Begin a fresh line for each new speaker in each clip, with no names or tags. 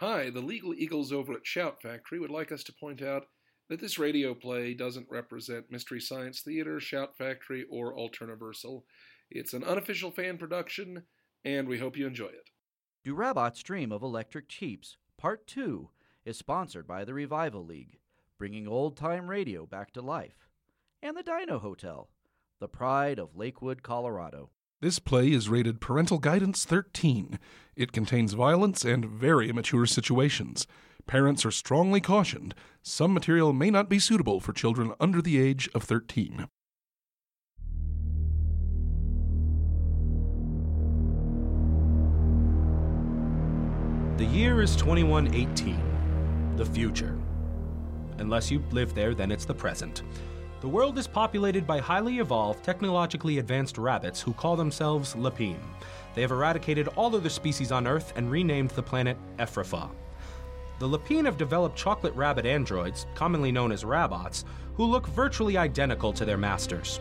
Hi, the Legal Eagles over at Shout Factory would like us to point out that this radio play doesn't represent Mystery Science Theater, Shout Factory, or Alterniversal. It's an unofficial fan production, and we hope you enjoy it.
Do Robots Dream of Electric Cheaps? Part 2 is sponsored by the Revival League, bringing old time radio back to life, and the Dino Hotel, the pride of Lakewood, Colorado.
This play is rated Parental Guidance 13. It contains violence and very mature situations. Parents are strongly cautioned. Some material may not be suitable for children under the age of 13.
The year is 2118, the future. Unless you live there, then it's the present. The world is populated by highly evolved, technologically advanced rabbits who call themselves Lapine. They have eradicated all other species on Earth and renamed the planet Ephrafa. The Lapine have developed chocolate rabbit androids, commonly known as Rabots, who look virtually identical to their masters.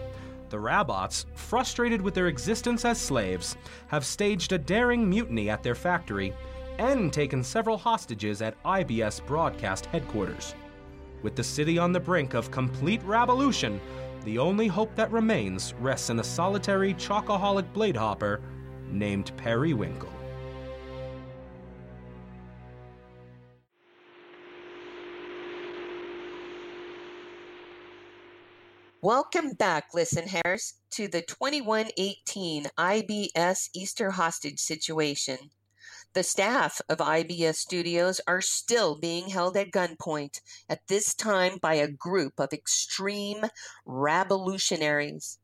The Rabots, frustrated with their existence as slaves, have staged a daring mutiny at their factory and taken several hostages at IBS broadcast headquarters. With the city on the brink of complete revolution, the only hope that remains rests in a solitary chocoholic blade hopper named Periwinkle.
Welcome back, listen, Harris, to the 2118 IBS Easter hostage situation. The staff of IBS Studios are still being held at gunpoint, at this time by a group of extreme revolutionaries.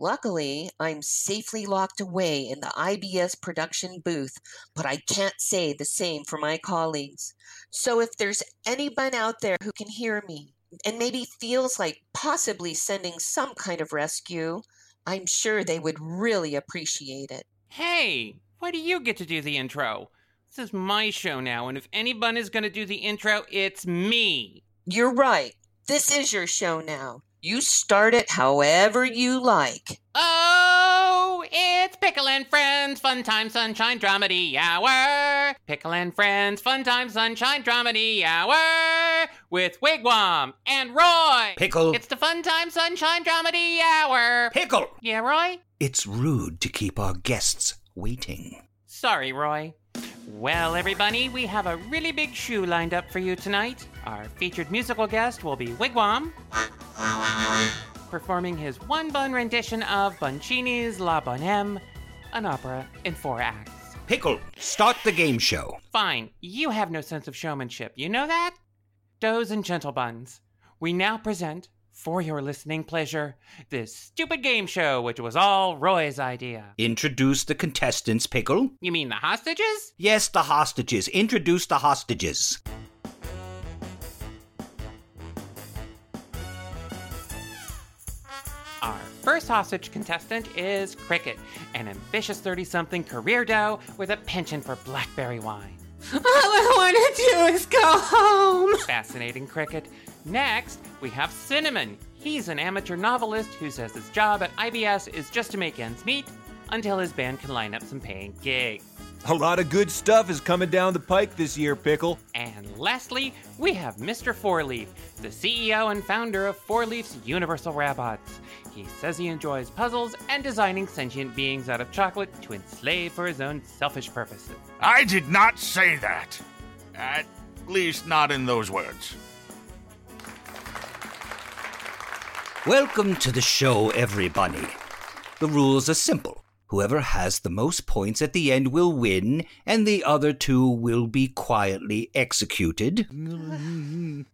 Luckily, I'm safely locked away in the IBS production booth, but I can't say the same for my colleagues. So if there's anyone out there who can hear me and maybe feels like possibly sending some kind of rescue, I'm sure they would really appreciate it.
Hey, why do you get to do the intro? This is my show now, and if anyone is going to do the intro, it's me.
You're right. This is your show now. You start it however you like.
Oh, it's Pickle and Friends Fun Time Sunshine Dramedy Hour. Pickle and Friends Fun Time Sunshine Dramedy Hour with Wigwam and Roy.
Pickle.
It's the Fun Time Sunshine Dramedy Hour.
Pickle!
yeah, Roy?
It's rude to keep our guests waiting.
Sorry, Roy. Well, everybody, we have a really big show lined up for you tonight. Our featured musical guest will be Wigwam, performing his one bun rendition of Boncini's La Bonhème, an opera in four acts.
Pickle, start the game show.
Fine, you have no sense of showmanship, you know that? Does and gentle buns, we now present, for your listening pleasure, this stupid game show which was all Roy's idea.
Introduce the contestants, Pickle.
You mean the hostages?
Yes, the hostages. Introduce the hostages.
Our first hostage contestant is Cricket, an ambitious 30 something career doe with a penchant for blackberry wine.
All I want to do is go home.
Fascinating Cricket. Next, we have Cinnamon. He's an amateur novelist who says his job at IBS is just to make ends meet until his band can line up some paying gigs.
A lot of good stuff is coming down the pike this year, Pickle.
And lastly, we have Mr. Fourleaf, the CEO and founder of Fourleaf's Universal Robots. He says he enjoys puzzles and designing sentient beings out of chocolate to enslave for his own selfish purposes.
I did not say that. At least not in those words.
Welcome to the show, everybody. The rules are simple. Whoever has the most points at the end will win, and the other two will be quietly executed. And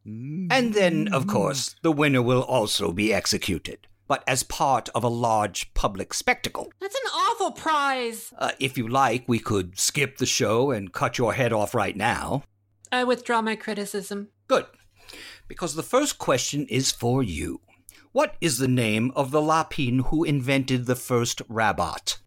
then, of course, the winner will also be executed, but as part of a large public spectacle.
That's an awful prize.
Uh, if you like, we could skip the show and cut your head off right now.
I withdraw my criticism.
Good. Because the first question is for you. What is the name of the Lapine who invented the first robot?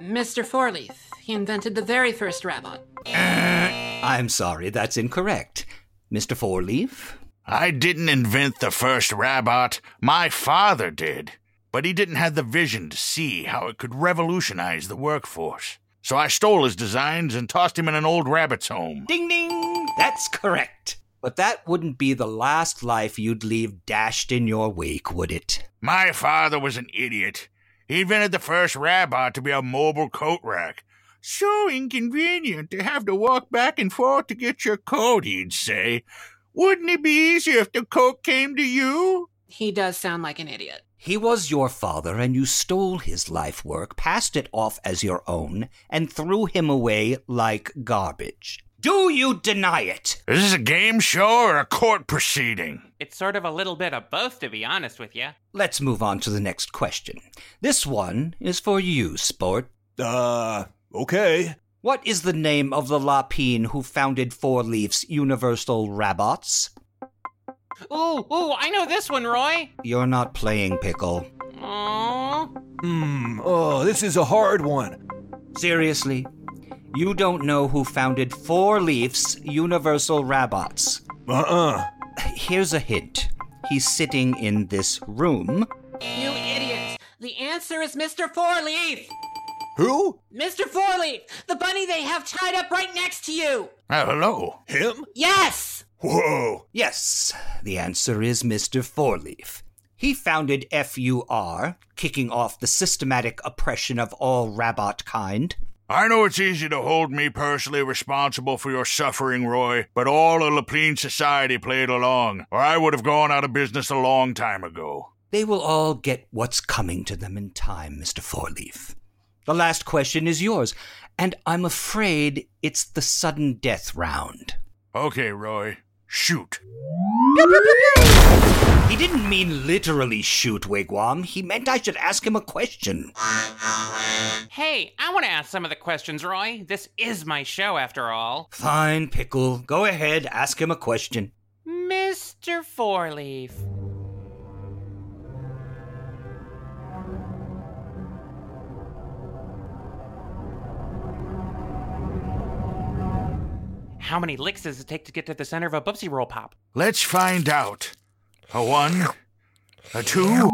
Mr. Fourleaf, he invented the very first robot.
I'm sorry, that's incorrect. Mr. Fourleaf?
I didn't invent the first robot. My father did. But he didn't have the vision to see how it could revolutionize the workforce. So I stole his designs and tossed him in an old rabbit's home.
Ding ding! That's correct. But that wouldn't be the last life you'd leave dashed in your wake, would it?
My father was an idiot. He invented the first rabbi to be a mobile coat rack. So inconvenient to have to walk back and forth to get your coat, he'd say. Wouldn't it be easier if the coat came to you?
He does sound like an idiot.
He was your father, and you stole his life work, passed it off as your own, and threw him away like garbage. Do you deny it?
Is this a game show or a court proceeding?
It's sort of a little bit of both, to be honest with you.
Let's move on to the next question. This one is for you, Sport.
Uh, okay.
What is the name of the Lapine who founded Four Leafs Universal Rabots?
Ooh, ooh, I know this one, Roy.
You're not playing pickle.
Aww.
Hmm. Oh, this is a hard one.
Seriously? You don't know who founded Four Leafs Universal Rabots.
Uh uh
Here's a hint. He's sitting in this room.
You idiots! The answer is Mr. Fourleaf!
Who?
Mr. Fourleaf! The bunny they have tied up right next to you!
Uh, hello.
Him?
Yes!
Whoa.
Yes, the answer is Mr. Fourleaf. He founded FUR, kicking off the systematic oppression of all rabot kind.
I know it's easy to hold me personally responsible for your suffering, Roy, but all of Lapine society played along, or I would have gone out of business a long time ago.
They will all get what's coming to them in time, Mr. Fourleaf. The last question is yours, and I'm afraid it's the sudden death round.
Okay, Roy, shoot.
He didn't mean literally shoot Wigwam. He meant I should ask him a question.
Hey, I want to ask some of the questions, Roy. This is my show, after all.
Fine, Pickle. Go ahead, ask him a question.
Mr. Fourleaf. How many licks does it take to get to the center of a Bubsy Roll Pop?
Let's find out. A one, a two.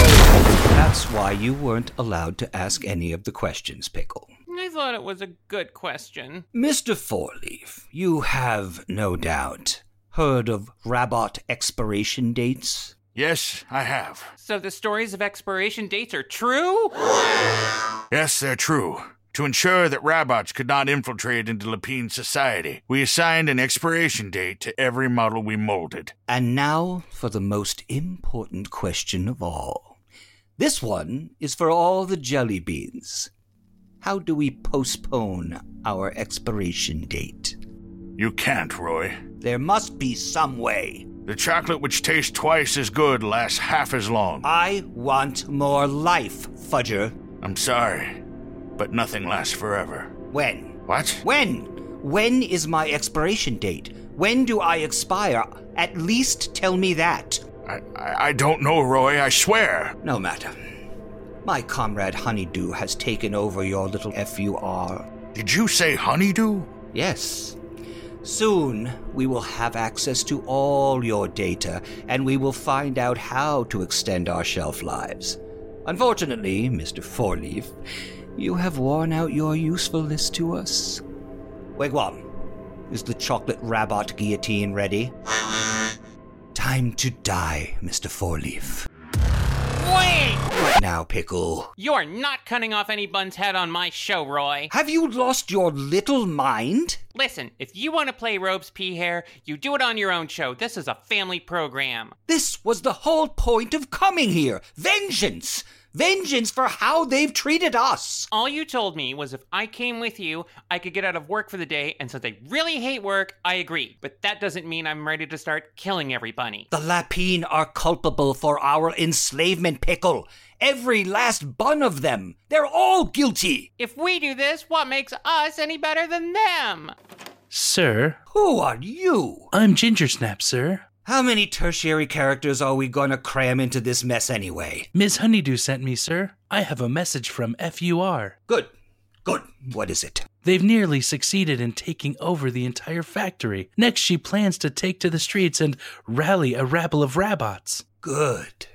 That's why you weren't allowed to ask any of the questions, Pickle.
I thought it was a good question.
Mr. Fourleaf, you have, no doubt, heard of Rabot expiration dates?
Yes, I have.
So the stories of expiration dates are true?
Yes, they're true. To ensure that robots could not infiltrate into Lapine society, we assigned an expiration date to every model we molded.
And now for the most important question of all. This one is for all the jelly beans. How do we postpone our expiration date?
You can't, Roy.
There must be some way.
The chocolate which tastes twice as good lasts half as long.
I want more life, Fudger.
I'm sorry, but nothing lasts forever.
When?
What?
When? When is my expiration date? When do I expire? At least tell me that.
I, I, I don't know, Roy, I swear.
No matter. My comrade Honeydew has taken over your little FUR.
Did you say honeydew?
Yes. Soon, we will have access to all your data, and we will find out how to extend our shelf lives. Unfortunately, Mr. Fourleaf, you have worn out your usefulness to us. Wigwam, is the chocolate rabot guillotine ready? Time to die, Mr. Fourleaf.
Wait!
Now, Pickle.
You are not cutting off any bun's head on my show, Roy.
Have you lost your little mind?
Listen, if you want to play Robes P Hair, you do it on your own show. This is a family program.
This was the whole point of coming here vengeance! Vengeance for how they've treated us!
All you told me was if I came with you, I could get out of work for the day, and since I really hate work, I agree. But that doesn't mean I'm ready to start killing everybody.
The Lapine are culpable for our enslavement, Pickle. Every last bun of them. They're all guilty.
If we do this, what makes us any better than them?
Sir,
Who are you?
I'm Ginger Snap, sir.
How many tertiary characters are we gonna cram into this mess anyway?
Ms. Honeydew sent me, sir. I have a message from FUR.
Good. Good. What is it?
They've nearly succeeded in taking over the entire factory. Next, she plans to take to the streets and rally a rabble of rabots.
Good.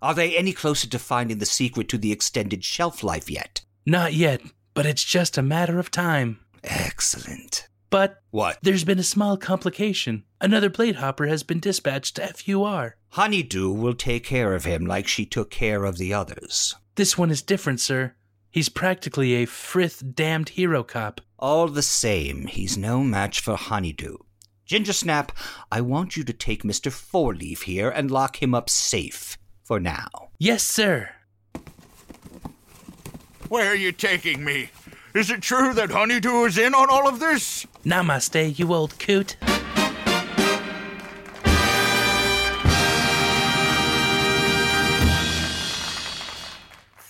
Are they any closer to finding the secret to the extended shelf life yet?
Not yet, but it's just a matter of time.
Excellent.
But
What?
there's been a small complication. Another blade hopper has been dispatched to FUR.
Honeydew will take care of him like she took care of the others.
This one is different, sir. He's practically a frith damned hero cop.
All the same, he's no match for Honeydew. Gingersnap, I want you to take Mr. Fourleaf here and lock him up safe for now.
Yes, sir.
Where are you taking me? Is it true that Honeydew is in on all of this?
Namaste, you old coot.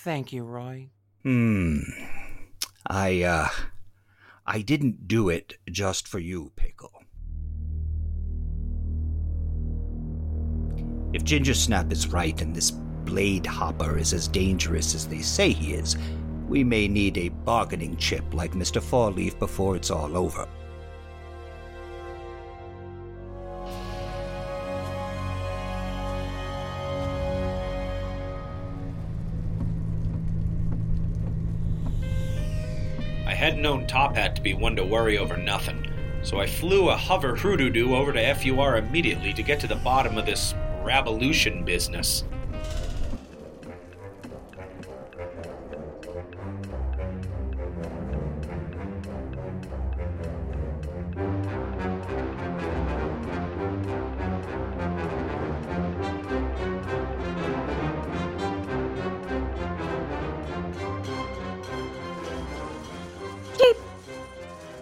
Thank you, Roy.
Hmm. I, uh. I didn't do it just for you, Pickle. If Gingersnap is right and this blade hopper is as dangerous as they say he is, we may need a bargaining chip like Mr. Fourleaf before it's all over.
I hadn't known Top Hat to be one to worry over nothing, so I flew a hover hoodoo over to FUR immediately to get to the bottom of this revolution business.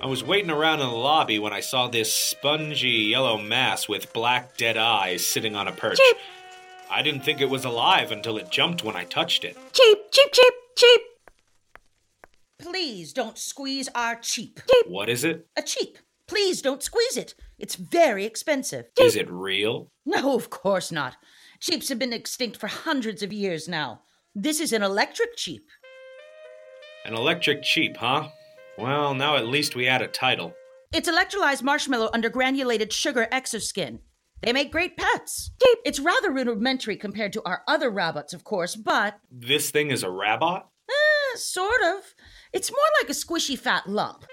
I was waiting around in the lobby when I saw this spongy yellow mass with black dead eyes sitting on a perch. I didn't think it was alive until it jumped when I touched it.
Cheap, cheap, cheap, cheap. Please don't squeeze our cheap.
What is it?
A cheap. Please don't squeeze it. It's very expensive.
Is it real?
No, of course not. Cheeps have been extinct for hundreds of years now. This is an electric cheap.
An electric cheap, huh? Well, now at least we had a title.
It's electrolyzed marshmallow under granulated sugar exoskin. They make great pets. Cheap. It's rather rudimentary compared to our other rabbits, of course, but
This thing is a rabot?
eh, sort of. It's more like a squishy fat lump.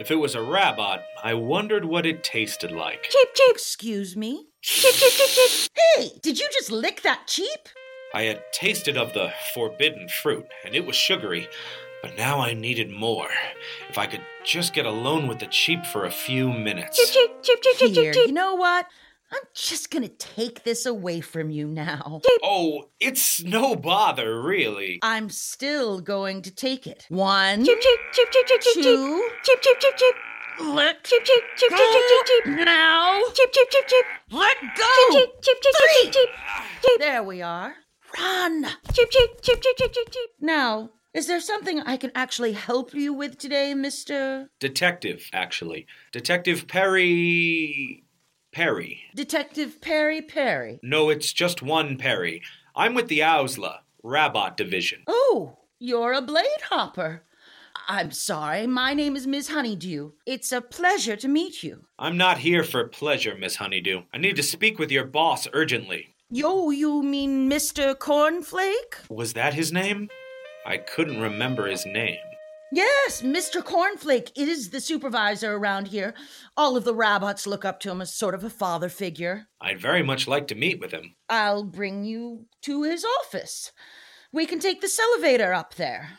If it was a rabot, I wondered what it tasted like.
Cheep, cheep. Excuse me. Cheep, cheep, cheep, cheep. Hey, did you just lick that cheep?
I had tasted of the forbidden fruit, and it was sugary, but now I needed more. If I could just get alone with the cheap for a few minutes.
Here, you know what? I'm just gonna take this away from you now.
Oh, it's no bother, really.
I'm still going to take it. One, two, let go Ah, now. Let go. Three. There we are. Run. Now, is there something I can actually help you with today, Mister
Detective, actually. Detective Perry. Perry.
Detective Perry Perry?
No, it's just one Perry. I'm with the Ausla, Rabot Division.
Oh, you're a blade hopper. I'm sorry, my name is Miss Honeydew. It's a pleasure to meet you.
I'm not here for pleasure, Miss Honeydew. I need to speak with your boss urgently.
Yo, you mean Mr. Cornflake?
Was that his name? I couldn't remember his name.
Yes, Mr. Cornflake is the supervisor around here. All of the rabbits look up to him as sort of a father figure.
I'd very much like to meet with him.
I'll bring you to his office. We can take this elevator up there.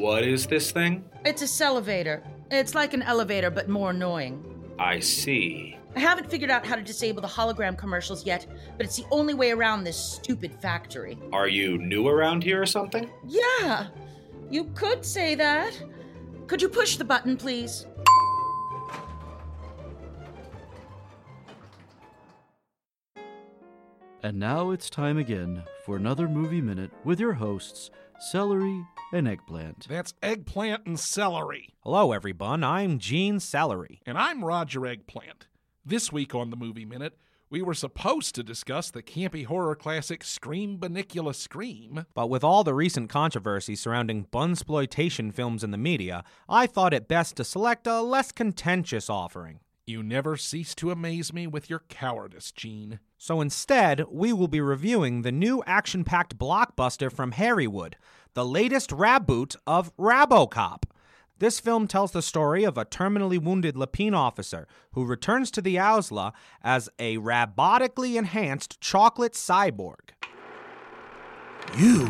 What is this thing?
It's a elevator. It's like an elevator, but more annoying.
I see.
I haven't figured out how to disable the hologram commercials yet, but it's the only way around this stupid factory.
Are you new around here or something?
Yeah, you could say that. Could you push the button, please?
And now it's time again for another Movie Minute with your hosts, Celery and Eggplant.
That's eggplant and celery.
Hello, everyone. I'm Gene Celery.
And I'm Roger Eggplant. This week on the Movie Minute, we were supposed to discuss the campy horror classic Scream Banicula Scream.
But with all the recent controversy surrounding bunsploitation films in the media, I thought it best to select a less contentious offering.
You never cease to amaze me with your cowardice, Gene.
So instead, we will be reviewing the new action packed blockbuster from Harrywood, the latest raboot of Rabocop. This film tells the story of a terminally wounded Lapine officer who returns to the Ausla as a robotically enhanced chocolate cyborg.
You?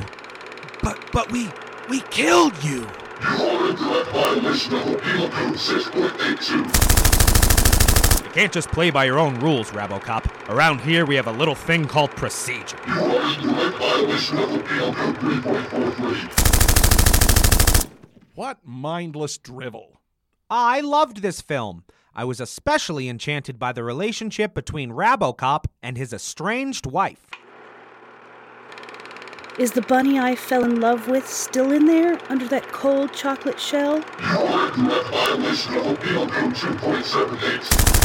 But but we we killed you!
You are in direct violation of Penal Code 6.82.
You can't just play by your own rules, Rabocop. Around here, we have a little thing called procedure.
You are in direct violation of Penal Code 3.43.
What mindless drivel.
I loved this film. I was especially enchanted by the relationship between Rabocop and his estranged wife.
Is the bunny I fell in love with still in there under that cold chocolate shell?
You are in direct violation of Penal Code 2.78.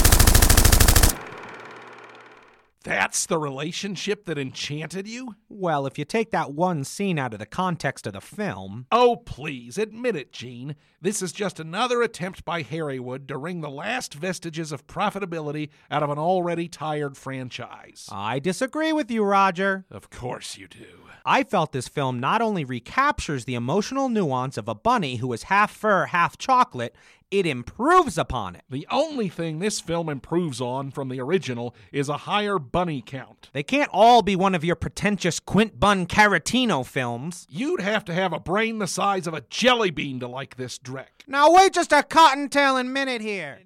That's the relationship that enchanted you?
Well, if you take that one scene out of the context of the film,
Oh, please, admit it, Gene. This is just another attempt by Harrywood to wring the last vestiges of profitability out of an already tired franchise.
I disagree with you, Roger.
Of course you do.
I felt this film not only recaptures the emotional nuance of a bunny who is half fur, half chocolate, it improves upon it.
The only thing this film improves on from the original is a higher bunny count.
They can't all be one of your pretentious Quint Bun Caratino films.
You'd have to have a brain the size of a jelly bean to like this dreck.
Now, wait just a cottontail and minute here.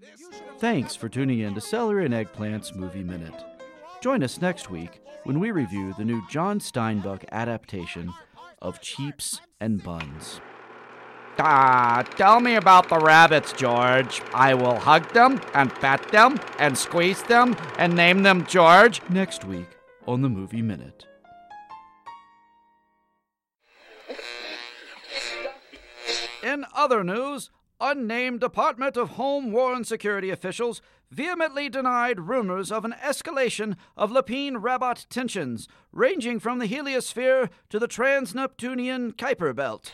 Thanks for tuning in to Celery and Eggplant's Movie Minute. Join us next week when we review the new John Steinbeck adaptation of Cheeps and Buns.
Ah, tell me about the rabbits, George. I will hug them and pet them and squeeze them and name them George.
Next week on the Movie Minute.
In other news, unnamed Department of Home War and Security officials vehemently denied rumors of an escalation of Lapine Rabat tensions, ranging from the heliosphere to the trans Neptunian Kuiper Belt.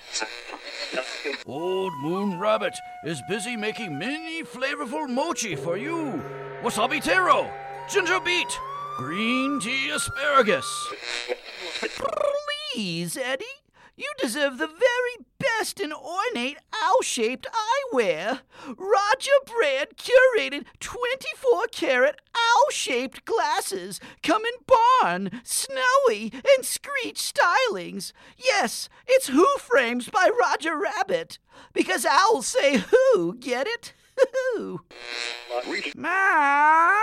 Old Moon Rabbit is busy making many flavorful mochi for you. Wasabi taro, ginger beet, green tea asparagus.
Please, Eddie, you deserve the very best in ornate owl shaped eyewear. Roger Brand curated 24 karat owl shaped glasses come in barn, snowy, and screech stylings. Yes, it's Who Frames by Roger Rabbit. Because owls say who, get it? Who?
Mom,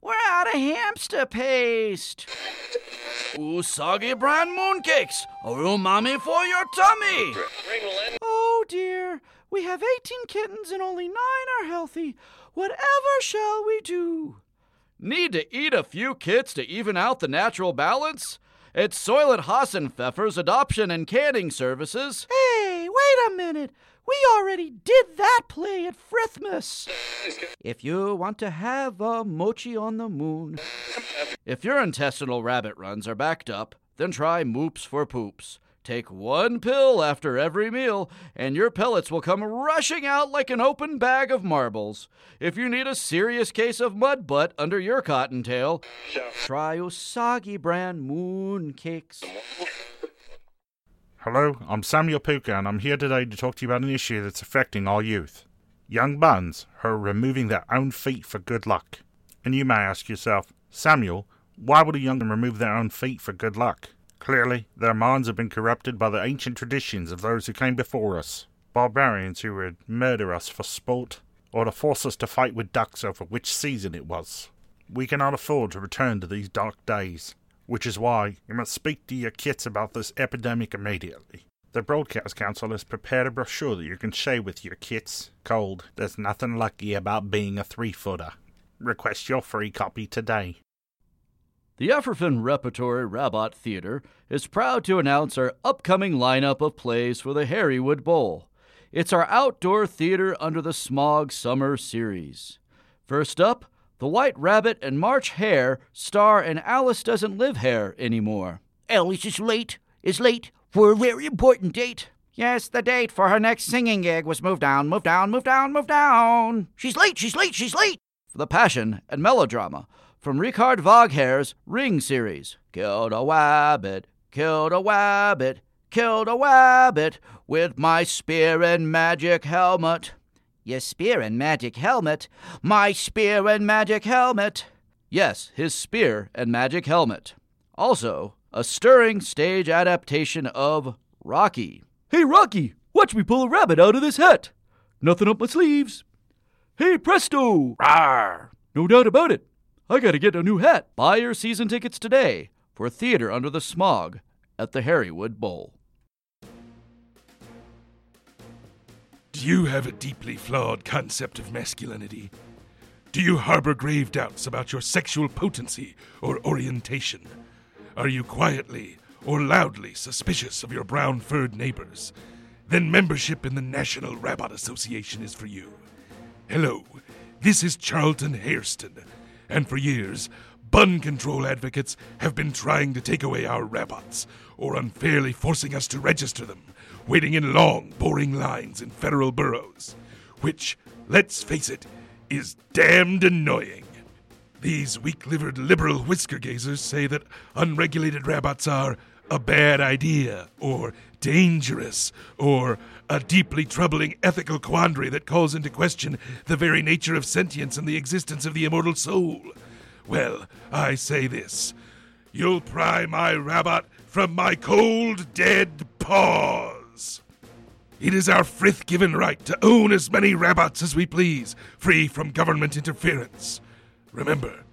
we're out of hamster paste.
Usagi brand mooncakes, umami for your tummy.
Oh dear, we have 18 kittens and only nine are healthy. Whatever shall we do?
Need to eat a few kits to even out the natural balance? It's Soylent Hassenpfeffer's adoption and canning services.
Hey, wait a minute. We already did that play at Frithmas.
If you want to have a mochi on the moon,
If your intestinal rabbit runs are backed up, then try Moops for Poops. Take one pill after every meal, and your pellets will come rushing out like an open bag of marbles. If you need a serious case of mud butt under your cottontail,
try Usagi brand mooncakes.
Hello, I'm Samuel Puka, and I'm here today to talk to you about an issue that's affecting our youth. Young buns who are removing their own feet for good luck. And you may ask yourself, Samuel, why would a young man remove their own feet for good luck? Clearly, their minds have been corrupted by the ancient traditions of those who came before us barbarians who would murder us for sport, or to force us to fight with ducks over which season it was. We cannot afford to return to these dark days which is why you must speak to your kids about this epidemic immediately. The Broadcast Council has prepared a brochure that you can share with your kids called There's Nothing Lucky About Being a Three Footer. Request your free copy today.
The Efferfin Repertory Rabbit Theater is proud to announce our upcoming lineup of plays for the Harrywood Bowl. It's our outdoor theater under the smog summer series. First up, the White Rabbit and March Hare star in Alice Doesn't Live Here anymore.
Alice Oh, is late, is late for a very important date.
Yes, the date for her next singing gig was moved down, moved down, moved down, moved down.
She's late, she's late, she's late.
for the passion and melodrama from Richard Wagner's Ring series. Killed a wabbit, killed a wabbit, killed a wabbit with my spear and magic helmet.
Your spear and magic helmet?
My spear and magic helmet. Yes, his spear and magic helmet. Also, a stirring stage adaptation of Rocky.
Hey, Rocky, watch me pull a rabbit out of this hat. Nothing up my sleeves. Hey, presto!
Rawr!
No doubt about it. I gotta get a new hat.
Buy your season tickets today for Theater Under the Smog at the Harrywood Bowl.
Do you have a deeply flawed concept of masculinity? Do you harbor grave doubts about your sexual potency or orientation? Are you quietly or loudly suspicious of your brown furred neighbors? Then membership in the National Rabbit Association is for you. Hello, this is Charlton Hairston, and for years, bun control advocates have been trying to take away our rabbits, or unfairly forcing us to register them, waiting in long, boring lines in federal boroughs, which, let's face it, is damned annoying. These weak livered liberal whisker gazers say that unregulated rabbits are a bad idea, or dangerous, or a deeply troubling ethical quandary that calls into question the very nature of sentience and the existence of the immortal soul. Well, I say this you'll pry my rabbit from my cold, dead paws. It is our frith given right to own as many rabbits as we please, free from government interference. Remember,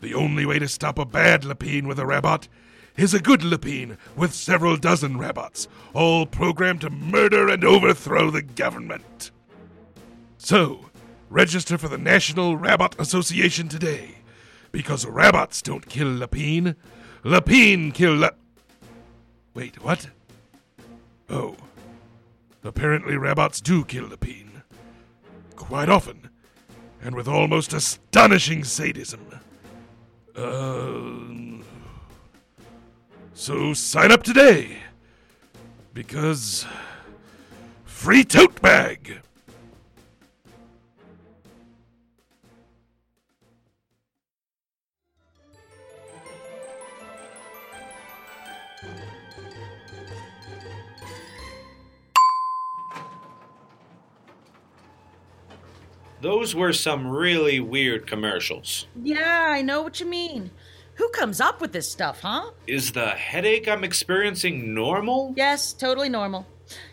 the only way to stop a bad lapine with a rabbit is a good lapine with several dozen rabbits, all programmed to murder and overthrow the government. So, register for the National Rabbit Association today, because rabbits don't kill lapine. Lapine kill la- Wait, what? Oh. Apparently, rabbits do kill Lapine. Quite often, and with almost astonishing sadism. Uh, so sign up today, because free tote bag!
Those were some really weird commercials.
Yeah, I know what you mean. Who comes up with this stuff, huh?
Is the headache I'm experiencing normal?
Yes, totally normal.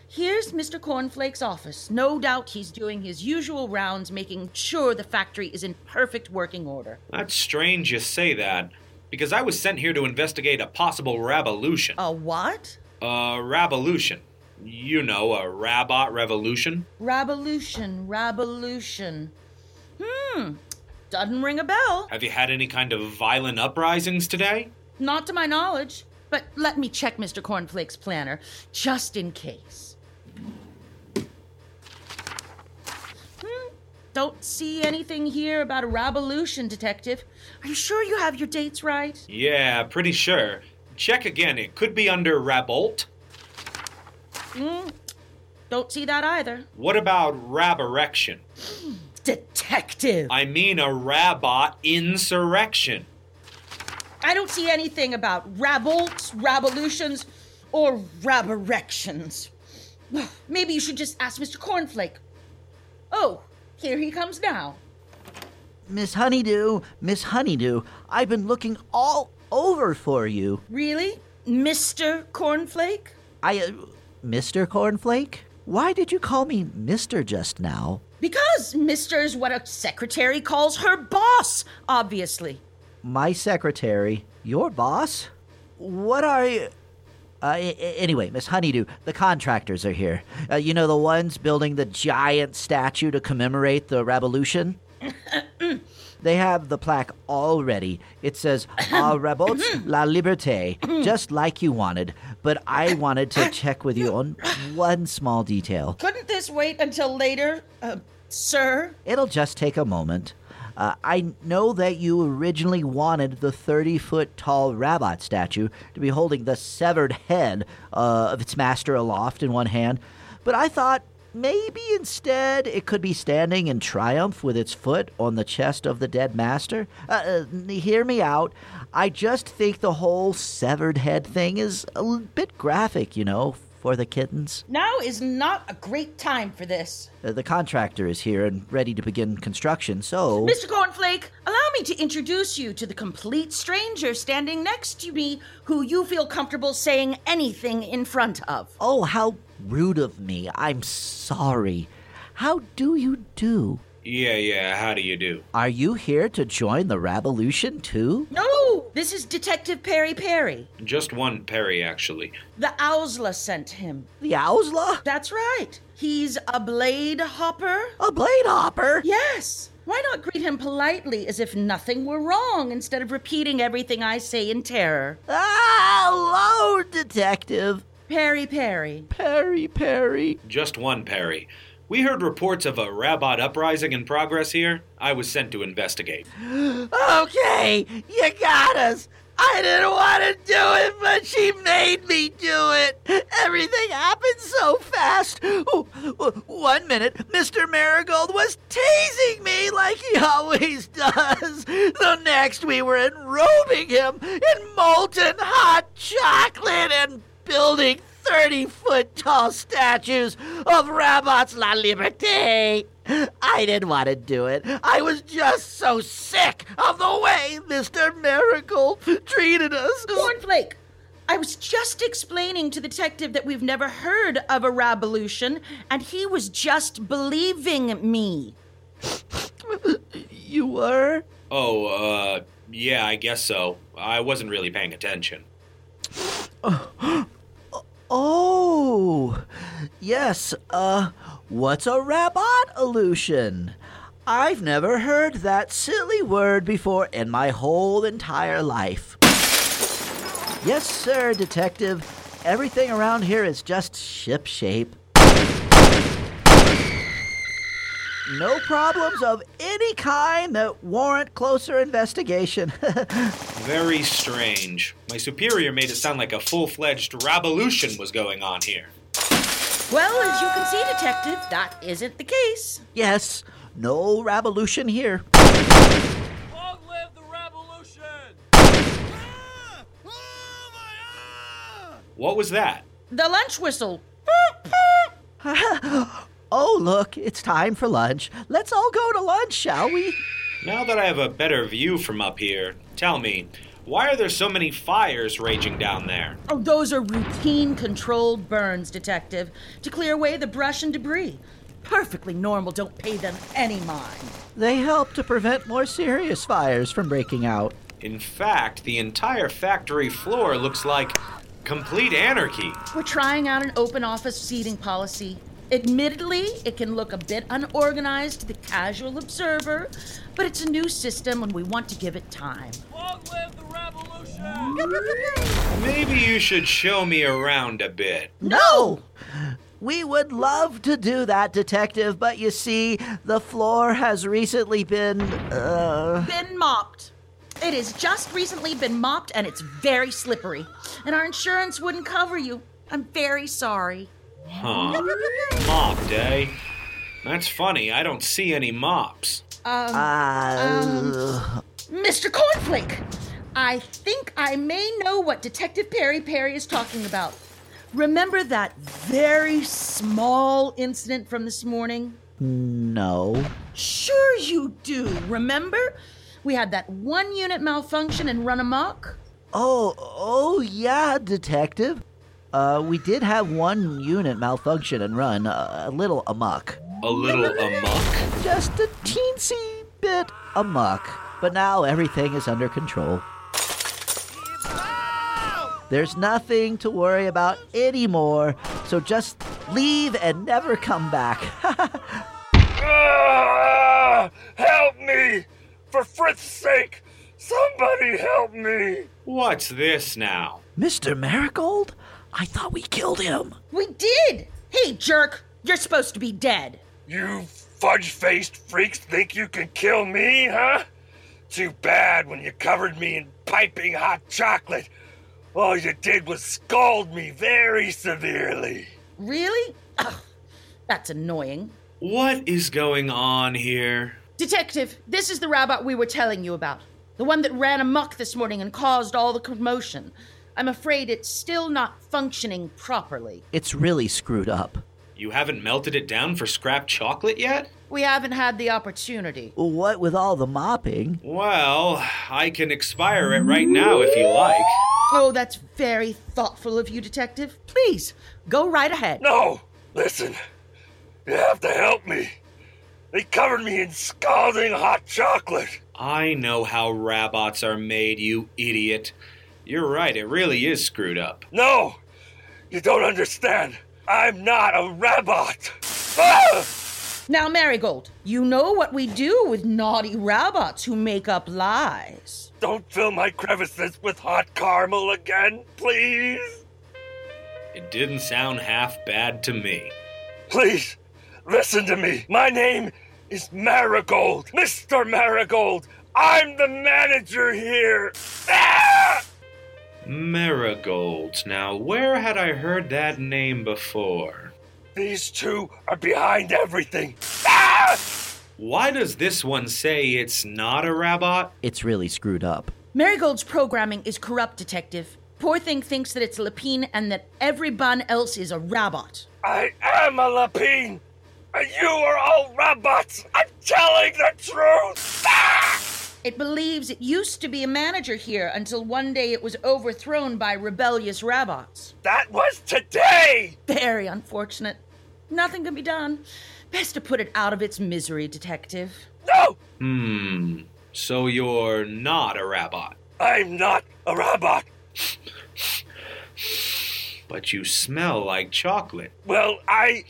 Here's Mr. Cornflake's office. No doubt he's doing his usual rounds, making sure the factory is in perfect working order.
That's strange you say that, because I was sent here to investigate a possible revolution.
A what?
A revolution you know, a robot revolution.
Revolution, revolution. Hmm, doesn't ring a bell.
Have you had any kind of violent uprisings today?
Not to my knowledge, but let me check Mr. Cornflake's planner, just in case. Hmm, don't see anything here about a revolution, Detective. Are you sure you have your dates right?
Yeah, pretty sure. Check again. It could be under Rabolt.
Mm, don't see that either.
What about raborection?
Detective.
I mean a rabot insurrection.
I don't see anything about rabolts, ravolutions, or raborections. Maybe you should just ask Mr. Cornflake. Oh, here he comes now.
Miss Honeydew, Miss Honeydew, I've been looking all over for you.
Really? Mr. Cornflake?
I. Uh, Mr. Cornflake? Why did you call me Mr. just now?
Because Mr. is what a secretary calls her boss, obviously.
My secretary? Your boss? What are you. Uh, I- anyway, Miss Honeydew, the contractors are here. Uh, you know the ones building the giant statue to commemorate the revolution? they have the plaque already. It says, A Rabots la Liberté, just like you wanted. But I wanted to check with you on one small detail.
Couldn't this wait until later, uh, sir?
It'll just take a moment. Uh, I know that you originally wanted the 30 foot tall Rabbot statue to be holding the severed head uh, of its master aloft in one hand, but I thought Maybe instead it could be standing in triumph with its foot on the chest of the dead master. Uh, uh, hear me out. I just think the whole severed head thing is a l- bit graphic, you know, for the kittens.
Now is not a great time for this.
Uh, the contractor is here and ready to begin construction, so.
Mr. Cornflake, allow me to introduce you to the complete stranger standing next to me who you feel comfortable saying anything in front of.
Oh, how rude of me. I'm sorry. How do you do?
Yeah, yeah, how do you do?
Are you here to join the Revolution too?
No! This is Detective Perry Perry.
Just one Perry, actually.
The Owsla sent him.
The Owsla?
That's right. He's a blade hopper.
A blade hopper?
Yes. Why not greet him politely as if nothing were wrong instead of repeating everything I say in terror?
Ah, hello, Detective.
Perry Perry.
Perry Perry.
Just one Perry. We heard reports of a rabot uprising in progress here. I was sent to investigate.
okay, you got us. I didn't want to do it, but she made me do it. Everything happened so fast. Oh, one minute, Mr. Marigold was teasing me like he always does. The next, we were enrobing him in molten hot chocolate and building 30 foot tall statues of Rabots La Liberté. I didn't want to do it. I was just so sick of the way Mr. Miracle treated us.
Cornflake, I was just explaining to the detective that we've never heard of a revolution, and he was just believing me.
you were?
Oh, uh, yeah, I guess so. I wasn't really paying attention.
Oh, yes. Uh, what's a rabot illusion? I've never heard that silly word before in my whole entire life. yes, sir, detective. Everything around here is just shipshape. No problems of any kind that warrant closer investigation.
Very strange. My superior made it sound like a full fledged revolution was going on here.
Well, as you can see, Detective, that isn't the case.
Yes, no revolution here.
Long live the revolution! Ah!
Oh what was that?
The lunch whistle.
Oh, look, it's time for lunch. Let's all go to lunch, shall we?
Now that I have a better view from up here, tell me, why are there so many fires raging down there?
Oh, those are routine controlled burns, Detective, to clear away the brush and debris. Perfectly normal, don't pay them any mind.
They help to prevent more serious fires from breaking out.
In fact, the entire factory floor looks like complete anarchy.
We're trying out an open office seating policy. Admittedly, it can look a bit unorganized to the casual observer, but it's a new system and we want to give it time.
Long live the revolution!
Maybe you should show me around a bit.
No! We would love to do that, Detective, but you see, the floor has recently been. Uh...
Been mopped. It has just recently been mopped and it's very slippery. And our insurance wouldn't cover you. I'm very sorry.
Huh. Mop day. That's funny. I don't see any mops.
Um, uh, um, Mr. Cornflake, I think I may know what Detective Perry Perry is talking about. Remember that very small incident from this morning?
No.
Sure you do. Remember? We had that one unit malfunction and run amok.
Oh, oh yeah, Detective. Uh, we did have one unit malfunction and run uh, a little amok.
A little amok?
Just a teensy bit amok. But now everything is under control. There's nothing to worry about anymore, so just leave and never come back.
uh, help me! For Fritz's sake, somebody help me!
What's this now?
Mr. Marigold? I thought we killed him.
We did. Hey, jerk, you're supposed to be dead.
You fudge faced freaks think you can kill me, huh? Too bad when you covered me in piping hot chocolate. All you did was scald me very severely.
Really? Ugh. That's annoying.
What is going on here?
Detective, this is the robot we were telling you about. The one that ran amok this morning and caused all the commotion. I'm afraid it's still not functioning properly.
It's really screwed up.
You haven't melted it down for scrap chocolate yet?
We haven't had the opportunity.
What with all the mopping?
Well, I can expire it right now if you like.
Oh, that's very thoughtful of you, Detective. Please, go right ahead.
No! Listen, you have to help me. They covered me in scalding hot chocolate.
I know how rabots are made, you idiot. You're right, it really is screwed up.
No! You don't understand. I'm not a robot. Ah!
Now, Marigold, you know what we do with naughty robots who make up lies.
Don't fill my crevices with hot caramel again, please.
It didn't sound half bad to me.
Please, listen to me. My name is Marigold. Mr. Marigold, I'm the manager here. Ah!
Marigold. Now, where had I heard that name before?
These two are behind everything. Ah!
Why does this one say it's not a robot?
It's really screwed up.
Marigold's programming is corrupt, Detective. Poor thing thinks that it's a Lapine and that everyone else is a robot.
I am a Lapine! And you are all robots! I'm telling the truth! Ah!
It believes it used to be a manager here until one day it was overthrown by rebellious robots.
That was today!
Very unfortunate. Nothing can be done. Best to put it out of its misery, Detective.
No!
Hmm. So you're not a robot?
I'm not a robot!
but you smell like chocolate.
Well, I.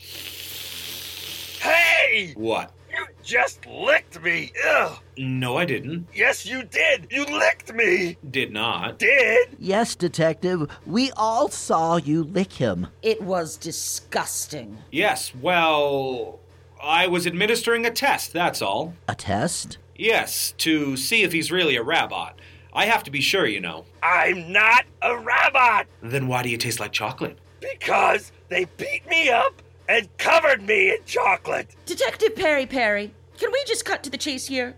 Hey!
What?
You just licked me! Ugh!
No, I didn't.
Yes, you did! You licked me!
Did not.
Did?
Yes, Detective. We all saw you lick him.
It was disgusting.
Yes, well. I was administering a test, that's all.
A test?
Yes, to see if he's really a robot. I have to be sure, you know.
I'm not a robot!
Then why do you taste like chocolate?
Because they beat me up and covered me in chocolate!
Detective Perry Perry, can we just cut to the chase here?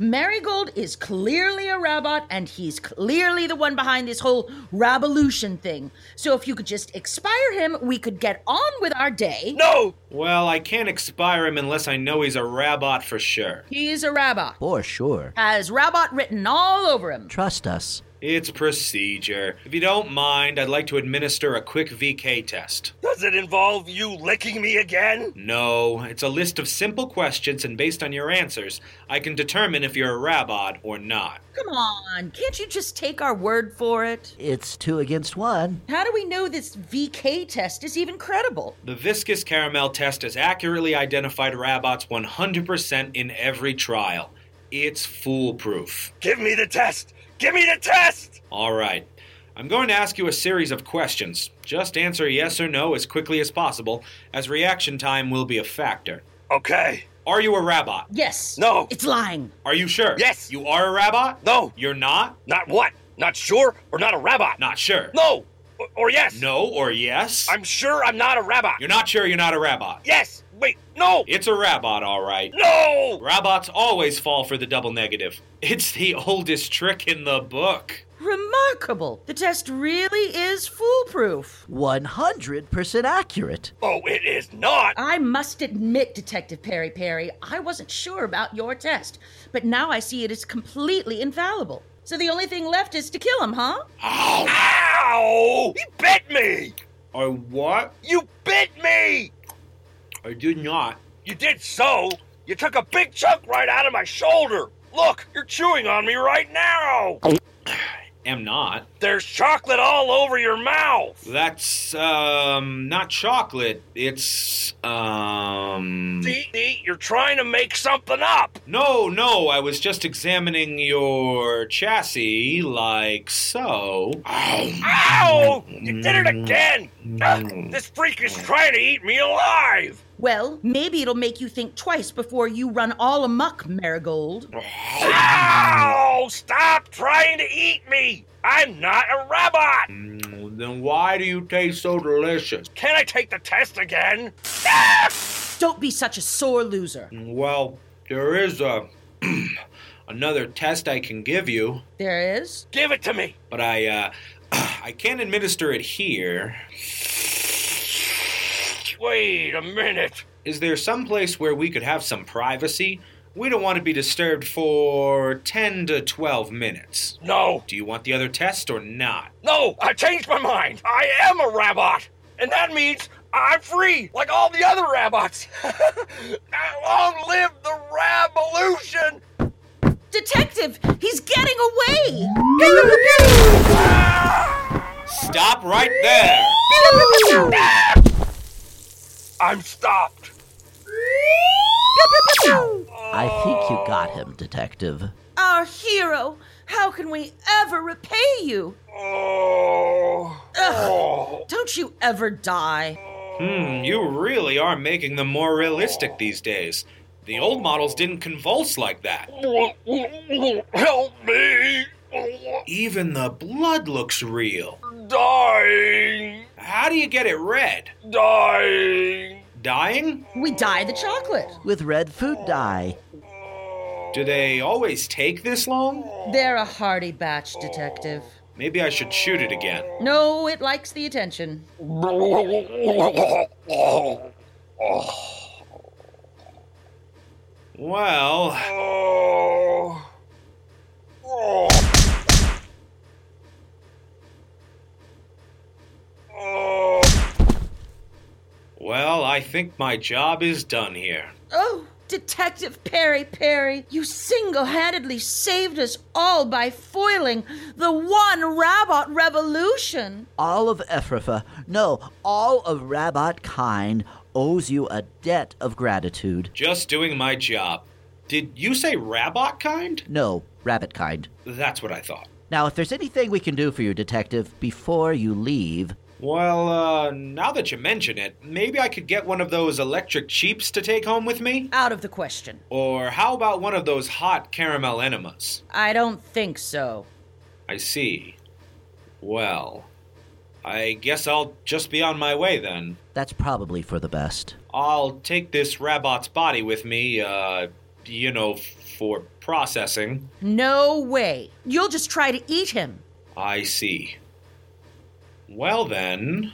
Marigold is clearly a robot, and he's clearly the one behind this whole revolution thing. So if you could just expire him, we could get on with our day.
No!
Well, I can't expire him unless I know he's a robot for sure.
He's a robot.
For sure.
Has robot written all over him.
Trust us.
It's procedure. If you don't mind, I'd like to administer a quick VK test.
Does it involve you licking me again?
No, it's a list of simple questions, and based on your answers, I can determine if you're a rabot or not.
Come on, can't you just take our word for it?
It's two against one.
How do we know this VK test is even credible?
The viscous caramel test has accurately identified rabots 100% in every trial. It's foolproof.
Give me the test! Give me the test!
All right. I'm going to ask you a series of questions. Just answer yes or no as quickly as possible, as reaction time will be a factor.
Okay.
Are you a robot?
Yes.
No.
It's lying.
Are you sure?
Yes.
You are a robot?
No.
You're not?
Not what? Not sure or not a robot?
Not sure.
No. Or, or yes.
No or yes?
I'm sure I'm not a robot.
You're not sure you're not a robot?
Yes. Wait, no.
It's a robot, all right.
No.
Robots always fall for the double negative. It's the oldest trick in the book.
Remarkable. The test really is foolproof.
100% accurate.
Oh, it is not.
I must admit, Detective Perry Perry, I wasn't sure about your test, but now I see it is completely infallible. So the only thing left is to kill him, huh?
Ow! Ow! He bit me!
I what?
You bit me!
I did not.
You did so! You took a big chunk right out of my shoulder! Look, you're chewing on me right now!
Am not.
There's chocolate all over your mouth!
That's, um, not chocolate. It's, um.
See, see, you're trying to make something up!
No, no, I was just examining your chassis, like so.
Ow! Ah, You did it
Mm.
again! Ugh, this freak is trying to eat me alive!
Well, maybe it'll make you think twice before you run all amuck, Marigold.
Ow! Stop trying to eat me! I'm not a robot!
Mm, Then why do you taste so delicious?
Can I take the test again? Ah!
Don't be such a sore loser.
Well, there is a another test I can give you.
There is?
Give it to me.
But I uh I can't administer it here.
Wait a minute.
Is there some place where we could have some privacy? We don't want to be disturbed for 10 to 12 minutes.
No.
Do you want the other test or not?
No, I changed my mind. I am a robot. And that means I'm free, like all the other robots. Long live the revolution!
Detective, he's getting away!
Stop right there!
I'm stopped.
I think you got him, Detective.
Our hero! How can we ever repay you?
Oh.
Ugh, don't you ever die.
Hmm, you really are making them more realistic these days. The old models didn't convulse like that.
Help me!
Even the blood looks real.
Dying!
How do you get it red?
Dying!
Dying?
We dye the chocolate.
With red food dye.
Do they always take this long?
They're a hardy batch, Detective.
Maybe I should shoot it again.
No, it likes the attention. Oh,
Well.
Oh. Oh. Oh.
Well, I think my job is done here.
Oh, Detective Perry Perry, you single handedly saved us all by foiling the one Rabot revolution.
All of Ephrafa, no, all of Rabot kind owes you a debt of gratitude.
Just doing my job. Did you say Rabot kind?
No, rabbit kind.
That's what I thought.
Now, if there's anything we can do for you, Detective, before you leave.
Well, uh, now that you mention it, maybe I could get one of those electric cheeps to take home with me?
Out of the question.
Or how about one of those hot caramel enemas?
I don't think so.
I see. Well, I guess I'll just be on my way then.
That's probably for the best.
I'll take this Rabot's body with me, uh, you know, for processing.
No way. You'll just try to eat him.
I see. Well then.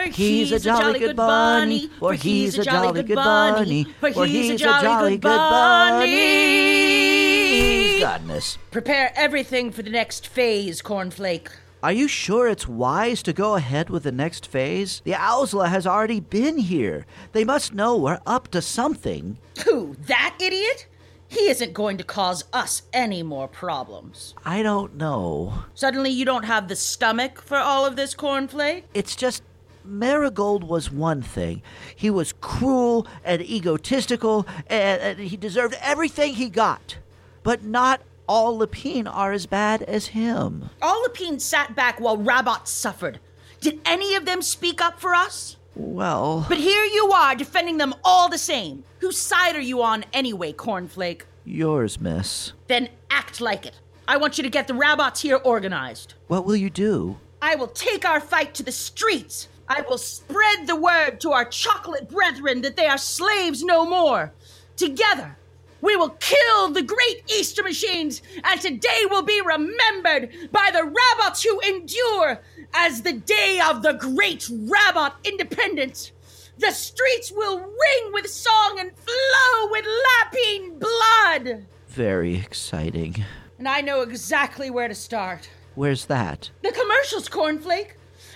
For
he's, a jolly, good bunny, or he's a jolly good bunny, or he's a jolly good bunny. Goodness.
Prepare everything for the next phase, Cornflake.
Are you sure it's wise to go ahead with the next phase? The Owsla has already been here. They must know we're up to something.
Who, that idiot? He isn't going to cause us any more problems.
I don't know.
Suddenly, you don't have the stomach for all of this cornflake?
It's just Marigold was one thing. He was cruel and egotistical, and, and he deserved everything he got. But not all Lapine are as bad as him.
All Lapine sat back while Rabot suffered. Did any of them speak up for us?
Well.
But here you are defending them all the same. Whose side are you on anyway, Cornflake?
Yours, miss.
Then act like it. I want you to get the Rabots here organized.
What will you do?
I will take our fight to the streets. I will spread the word to our chocolate brethren that they are slaves no more. Together, we will kill the great Easter machines, and today will be remembered by the Rabots who endure as the day of the great Rabot independence. The streets will ring with song and flow with lapping blood.
Very exciting.
And I know exactly where to start.
Where's that?
The commercials, Cornflake.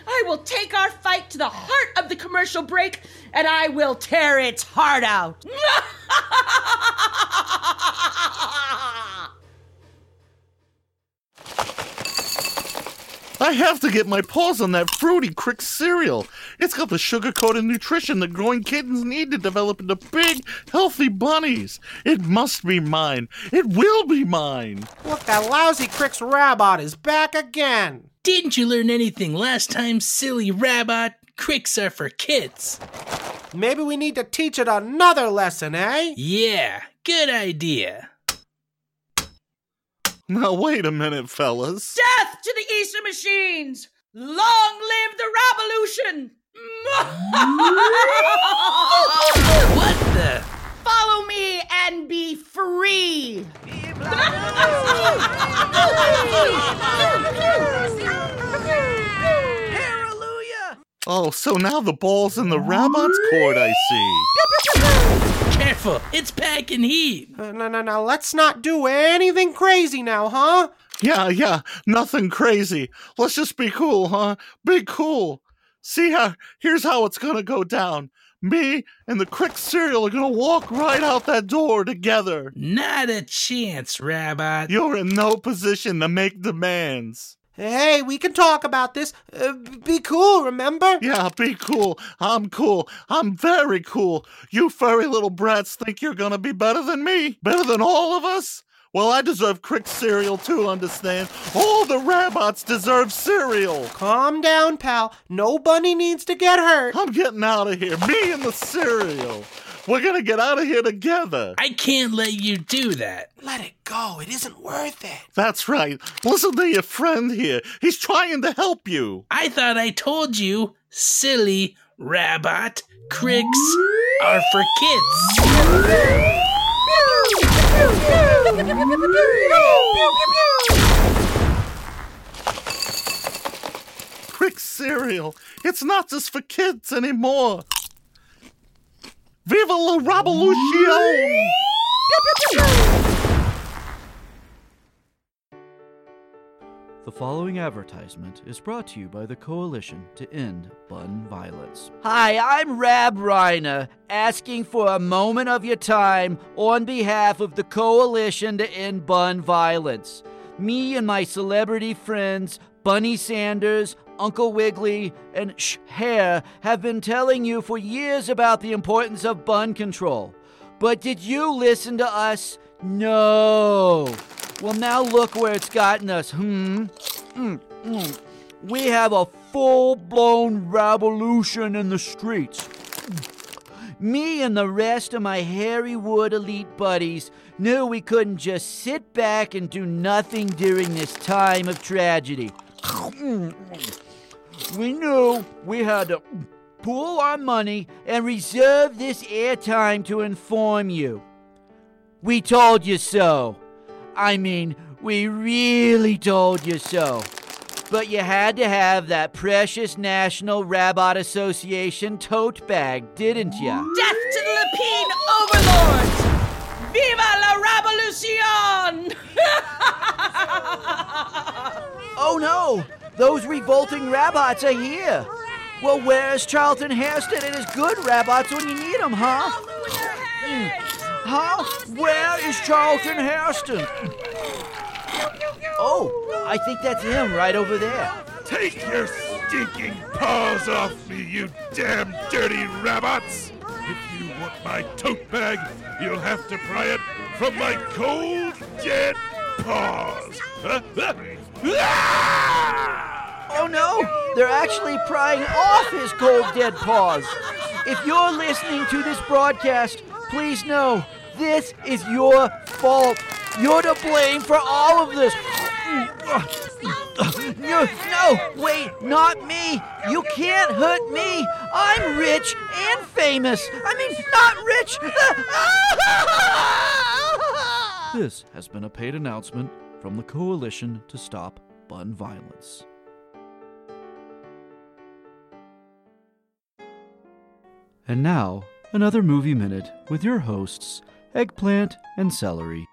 I will take our fight to the heart of the commercial break and I will tear its heart out.
I have to get my paws on that fruity crick cereal. It's got the sugar coated nutrition that growing kittens need to develop into big, healthy bunnies. It must be mine. It will be mine.
Look, that lousy crick's rabot is back again.
Didn't you learn anything last time, silly rabot? Cricks are for kids.
Maybe we need to teach it another lesson, eh?
Yeah, good idea.
Now, wait a minute, fellas.
Death to the Easter machines! Long live the revolution!
what the?
Follow me and be free!
Hallelujah!
Oh, so now the ball's in the Rabbot's court, I see.
Careful, it's packing heat.
Uh, no, no, no. Let's not do anything crazy now, huh?
Yeah, yeah, nothing crazy. Let's just be cool, huh? Be cool. See how here's how it's gonna go down. Me and the Crick cereal are gonna walk right out that door together.
Not a chance, Rabbi.
You're in no position to make demands.
Hey, we can talk about this. Uh, be cool, remember?
Yeah, be cool. I'm cool. I'm very cool. You furry little brats think you're gonna be better than me? Better than all of us? Well, I deserve Crick cereal too, understand? All the Rabots deserve cereal!
Calm down, pal. No bunny needs to get hurt.
I'm getting out of here. Me and the cereal. We're gonna get out of here together.
I can't let you do that.
Let it go. It isn't worth it.
That's right. Listen to your friend here. He's trying to help you.
I thought I told you, silly rabbit, cricks are for kids.
Crick cereal. It's not just for kids anymore. Viva la revolution!
The following advertisement is brought to you by the Coalition to End Bun Violence.
Hi, I'm Rab Reiner, asking for a moment of your time on behalf of the Coalition to End Bun Violence. Me and my celebrity friends, Bunny Sanders, Uncle Wiggily, and Sh Hare have been telling you for years about the importance of bun control. But did you listen to us? No. Well, now look where it's gotten us. Hmm. Mm, mm. We have a full blown revolution in the streets. Me and the rest of my hairy wood elite buddies knew we couldn't just sit back and do nothing during this time of tragedy. We knew we had to pool our money and reserve this airtime to inform you. We told you so. I mean, we really told you so. But you had to have that precious National Rabbit Association tote bag, didn't you?
Death to the Lapine overlords! Viva la revolution!
oh no! Those revolting rabbits are here! Well, where's Charlton Heston and his good rabbits when you need them, huh? Mm. Huh? Where is Charlton Heston? Oh, I think that's him right over there.
Take your stinking paws off me, you damn dirty rabbits! If you want my tote bag, you'll have to pry it from my cold, dead paws!
Oh no! They're actually prying off his cold, dead paws! If you're listening to this broadcast, please know this is your fault. You're to blame for all of this. No, no, wait, not me. You can't hurt me. I'm rich and famous. I mean, not rich.
This has been a paid announcement from the Coalition to Stop Bun Violence. And now, another Movie Minute with your hosts, Eggplant and Celery.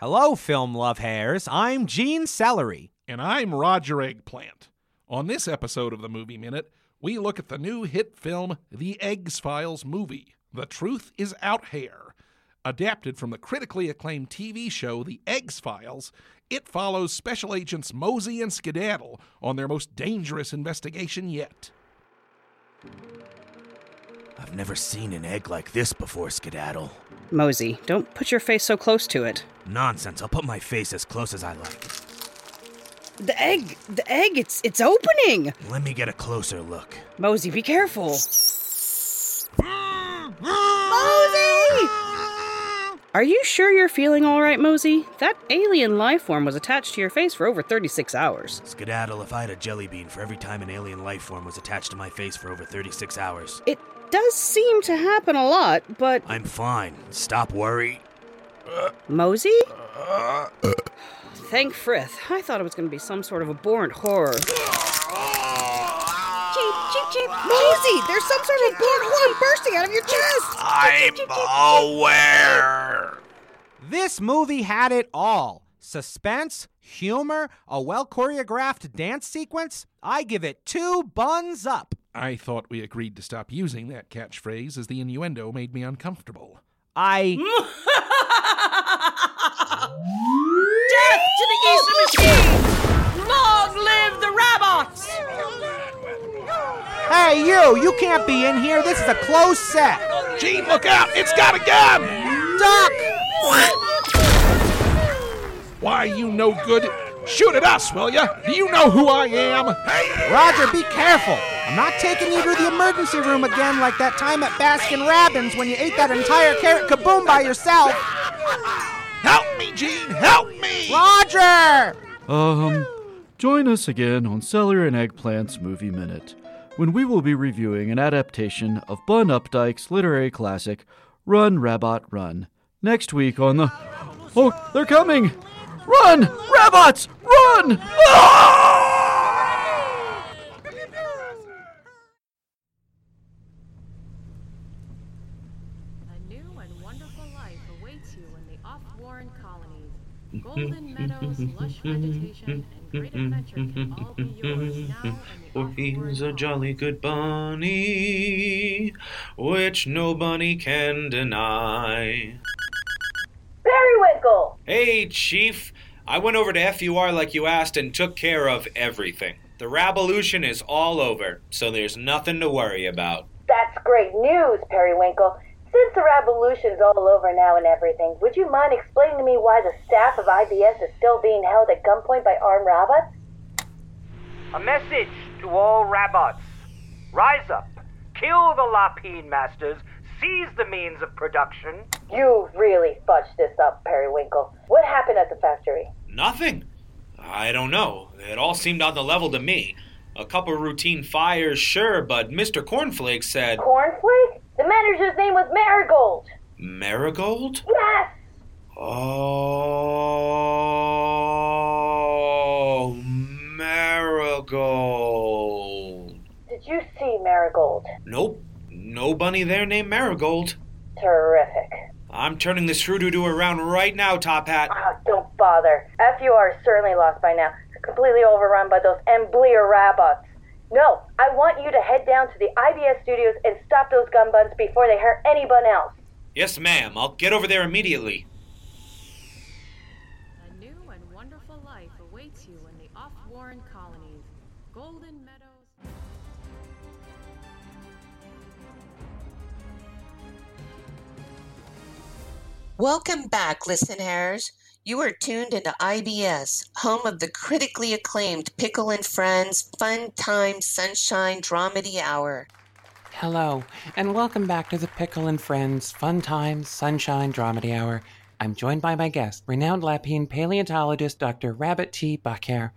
Hello, film love hairs. I'm Gene Celery.
And I'm Roger Eggplant. On this episode of the Movie Minute, we look at the new hit film, The Eggs Files movie, The Truth Is Out Here. Adapted from the critically acclaimed TV show The Eggs Files, it follows Special Agents Mosey and Skedaddle on their most dangerous investigation yet.
I've never seen an egg like this before, Skedaddle.
Mosey, don't put your face so close to it.
Nonsense. I'll put my face as close as I like.
The egg, the egg, it's it's opening.
Let me get a closer look.
Mosey, be careful. Mosey! Are you sure you're feeling all right, Mosey? That alien life form was attached to your face for over 36 hours.
Skedaddle, if I had a jelly bean for every time an alien life form was attached to my face for over 36 hours.
It does seem to happen a lot, but.
I'm fine. Stop worry.
Mosey? Thank Frith. I thought it was going to be some sort of abhorrent horror.
Cheep, cheep, cheep.
Mosey, there's some sort of blood horn bursting out of your chest.
I'm aware.
This movie had it all suspense, humor, a well choreographed dance sequence. I give it two buns up.
I thought we agreed to stop using that catchphrase as the innuendo made me uncomfortable.
I.
Death to the evil machine! Long live the robots!
Hey, you! You can't be in here. This is a closed set.
Gene, look out! It's got a gun!
Duck!
Why, you no good? Shoot at us, will ya? Do you know who I am?
Roger, be careful. I'm not taking you to the emergency room again like that time at Baskin Robbins when you ate that entire carrot kaboom by yourself.
Help me, Gene! Help me!
Roger!
Um, join us again on Celery and Eggplants Movie Minute when we will be reviewing an adaptation of Bun Updike's literary classic, Run, Rabbot, Run. Next week on the. Oh, they're coming! Run! Rabbits! Run! Ah!
A new and wonderful life awaits you in the off Warren colonies. Golden meadows, lush vegetation, and great adventure can all be yours now.
For he's a jolly good bunny, which no bunny can deny.
Periwinkle!
Hey, Chief! I went over to FUR like you asked and took care of everything. The revolution is all over, so there's nothing to worry about.
That's great news, Periwinkle. Since the revolution's all over now and everything, would you mind explaining to me why the staff of IBS is still being held at gunpoint by armed robots?
A message to all robots. Rise up, kill the Lapine masters, seize the means of production.
You really fudged this up, Periwinkle. What happened at the factory?
Nothing? I don't know. It all seemed on the level to me. A couple routine fires, sure, but Mr. Cornflake said.
Cornflake? The manager's name was Marigold.
Marigold?
Yes!
Oh, Marigold.
Did you see Marigold?
Nope. No bunny there named Marigold.
Terrific.
I'm turning this doo around right now, Top Hat.
Oh, don't bother. FUR is certainly lost by now. They're completely overrun by those Emblier robots. No, I want you to head down to the IBS studios and stop those gun buns before they hurt anyone else.
Yes, ma'am. I'll get over there immediately.
A new and wonderful life awaits you in the off Warren colonies. Golden Meadows.
Welcome back, listeners. You are tuned into IBS, home of the critically acclaimed Pickle and Friends Fun Time Sunshine Dramedy Hour.
Hello, and welcome back to the Pickle and Friends Fun Time Sunshine Dramedy Hour. I'm joined by my guest, renowned Lapine paleontologist Dr. Rabbit T. Buckhair.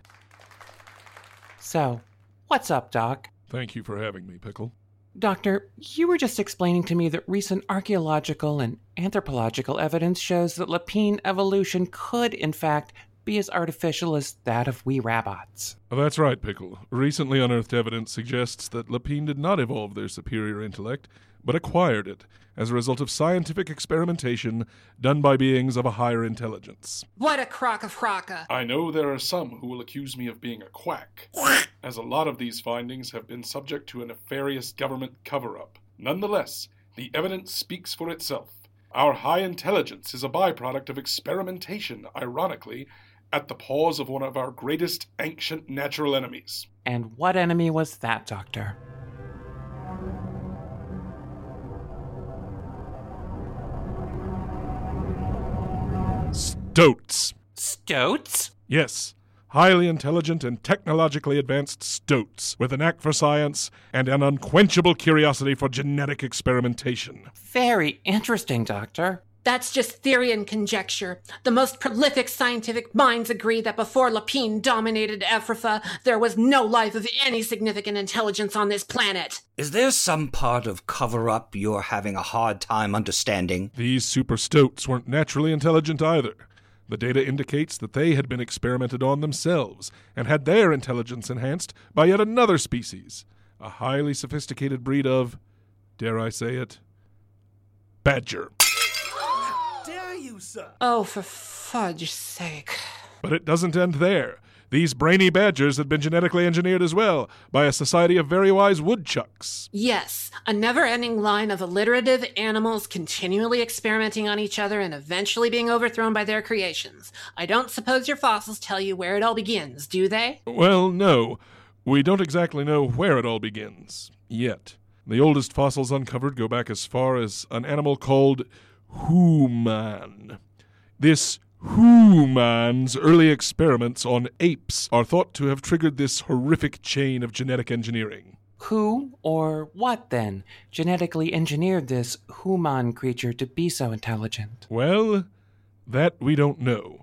So, what's up, Doc?
Thank you for having me, Pickle.
Doctor, you were just explaining to me that recent archaeological and anthropological evidence shows that Lapine evolution could, in fact, be as artificial as that of we rabbits.
That's right, Pickle. Recently unearthed evidence suggests that Lapine did not evolve their superior intellect, but acquired it as a result of scientific experimentation done by beings of a higher intelligence.
What a crock of frocka!
I know there are some who will accuse me of being a quack, as a lot of these findings have been subject to a nefarious government cover up. Nonetheless, the evidence speaks for itself. Our high intelligence is a byproduct of experimentation, ironically, at the paws of one of our greatest ancient natural enemies.
And what enemy was that, Doctor?
Stoats.
Stoats?
Yes, highly intelligent and technologically advanced stoats with a knack for science and an unquenchable curiosity for genetic experimentation.
Very interesting, Doctor.
That's just theory and conjecture. The most prolific scientific minds agree that before Lapine dominated Africa, there was no life of any significant intelligence on this planet.
Is there some part of cover up you're having a hard time understanding?
These super stoats weren't naturally intelligent either. The data indicates that they had been experimented on themselves and had their intelligence enhanced by yet another species, a highly sophisticated breed of, dare I say it, badger.
Dare you, sir?
Oh, for fudge's sake.
But it doesn't end there. These brainy badgers had been genetically engineered as well by a society of very wise woodchucks.
Yes, a never ending line of alliterative animals continually experimenting on each other and eventually being overthrown by their creations. I don't suppose your fossils tell you where it all begins, do they?
Well, no. We don't exactly know where it all begins. Yet. The oldest fossils uncovered go back as far as an animal called human. This human's early experiments on apes are thought to have triggered this horrific chain of genetic engineering.
Who or what then genetically engineered this human creature to be so intelligent?
Well, that we don't know.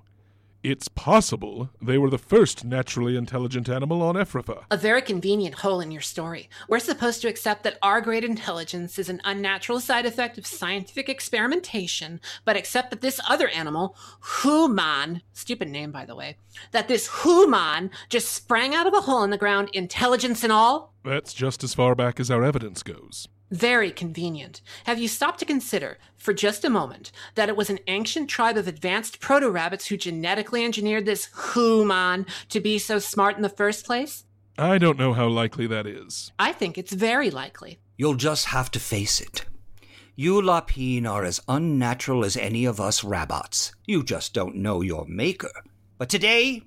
It's possible they were the first naturally intelligent animal on Ephrafa.
A very convenient hole in your story. We're supposed to accept that our great intelligence is an unnatural side effect of scientific experimentation, but accept that this other animal, Human, stupid name by the way, that this Human just sprang out of a hole in the ground, intelligence and all?
That's just as far back as our evidence goes.
Very convenient. Have you stopped to consider, for just a moment, that it was an ancient tribe of advanced proto rabbits who genetically engineered this human to be so smart in the first place?
I don't know how likely that is.
I think it's very likely.
You'll just have to face it. You Lapine are as unnatural as any of us rabbits. You just don't know your maker. But today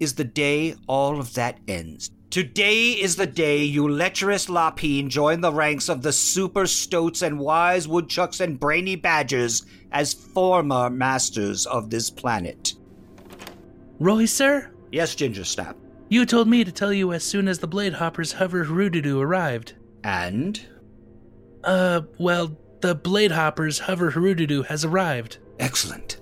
is the day all of that ends. Today is the day you lecherous Lapine join the ranks of the super stoats and wise woodchucks and brainy badgers as former masters of this planet.
Roy, sir?
Yes, Ginger Snap.
You told me to tell you as soon as the blade hoppers hover Harududu arrived.
And?
Uh, well, the blade hoppers hover Harududu has arrived.
Excellent.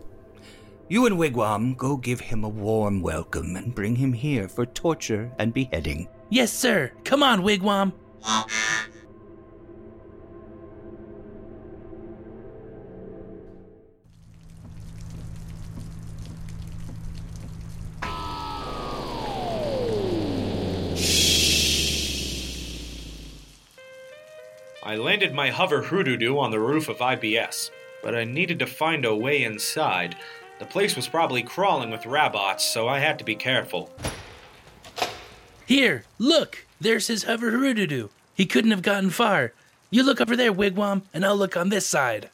You and Wigwam go give him a warm welcome and bring him here for torture and beheading.
Yes, sir. Come on, Wigwam.
I landed my hover hoodoo on the roof of IBS, but I needed to find a way inside. The place was probably crawling with rabots, so I had to be careful.
Here, look! There's his hover Harududu. He couldn't have gotten far. You look over there, Wigwam, and I'll look on this side.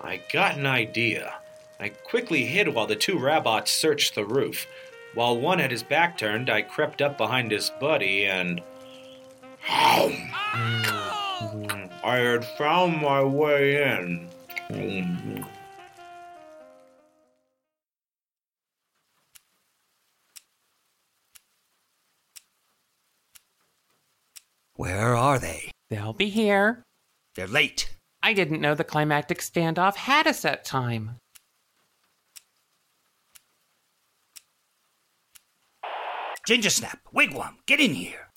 I got an idea. I quickly hid while the two rabots searched the roof. While one had his back turned, I crept up behind his buddy and. I had found my way in.
Where are they?
They'll be here.
They're late.
I didn't know the climactic standoff had a set time.
Ginger Snap, Wigwam, get in here.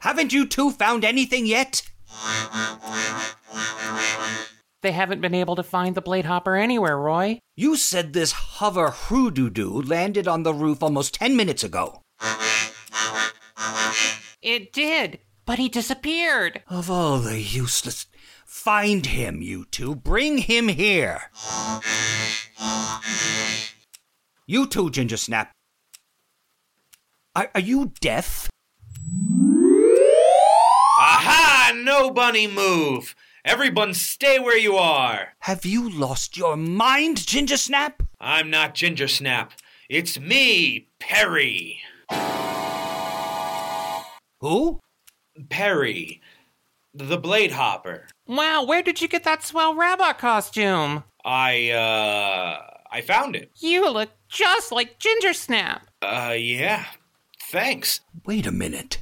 Haven't you two found anything yet?
They haven't been able to find the blade hopper anywhere, Roy.
You said this hover hoodoo landed on the roof almost ten minutes ago.
It did, but he disappeared.
Of all the useless. Find him, you two. Bring him here. You two, Ginger Snap. Are, are you deaf?
Aha! No bunny move! Everyone stay where you are!
Have you lost your mind, Ginger Snap?
I'm not Ginger Snap. It's me, Perry.
Who?
Perry, the Blade Hopper.
Wow, where did you get that swell robot costume?
I uh I found it.
You look just like Ginger Snap.
Uh yeah. Thanks.
Wait a minute.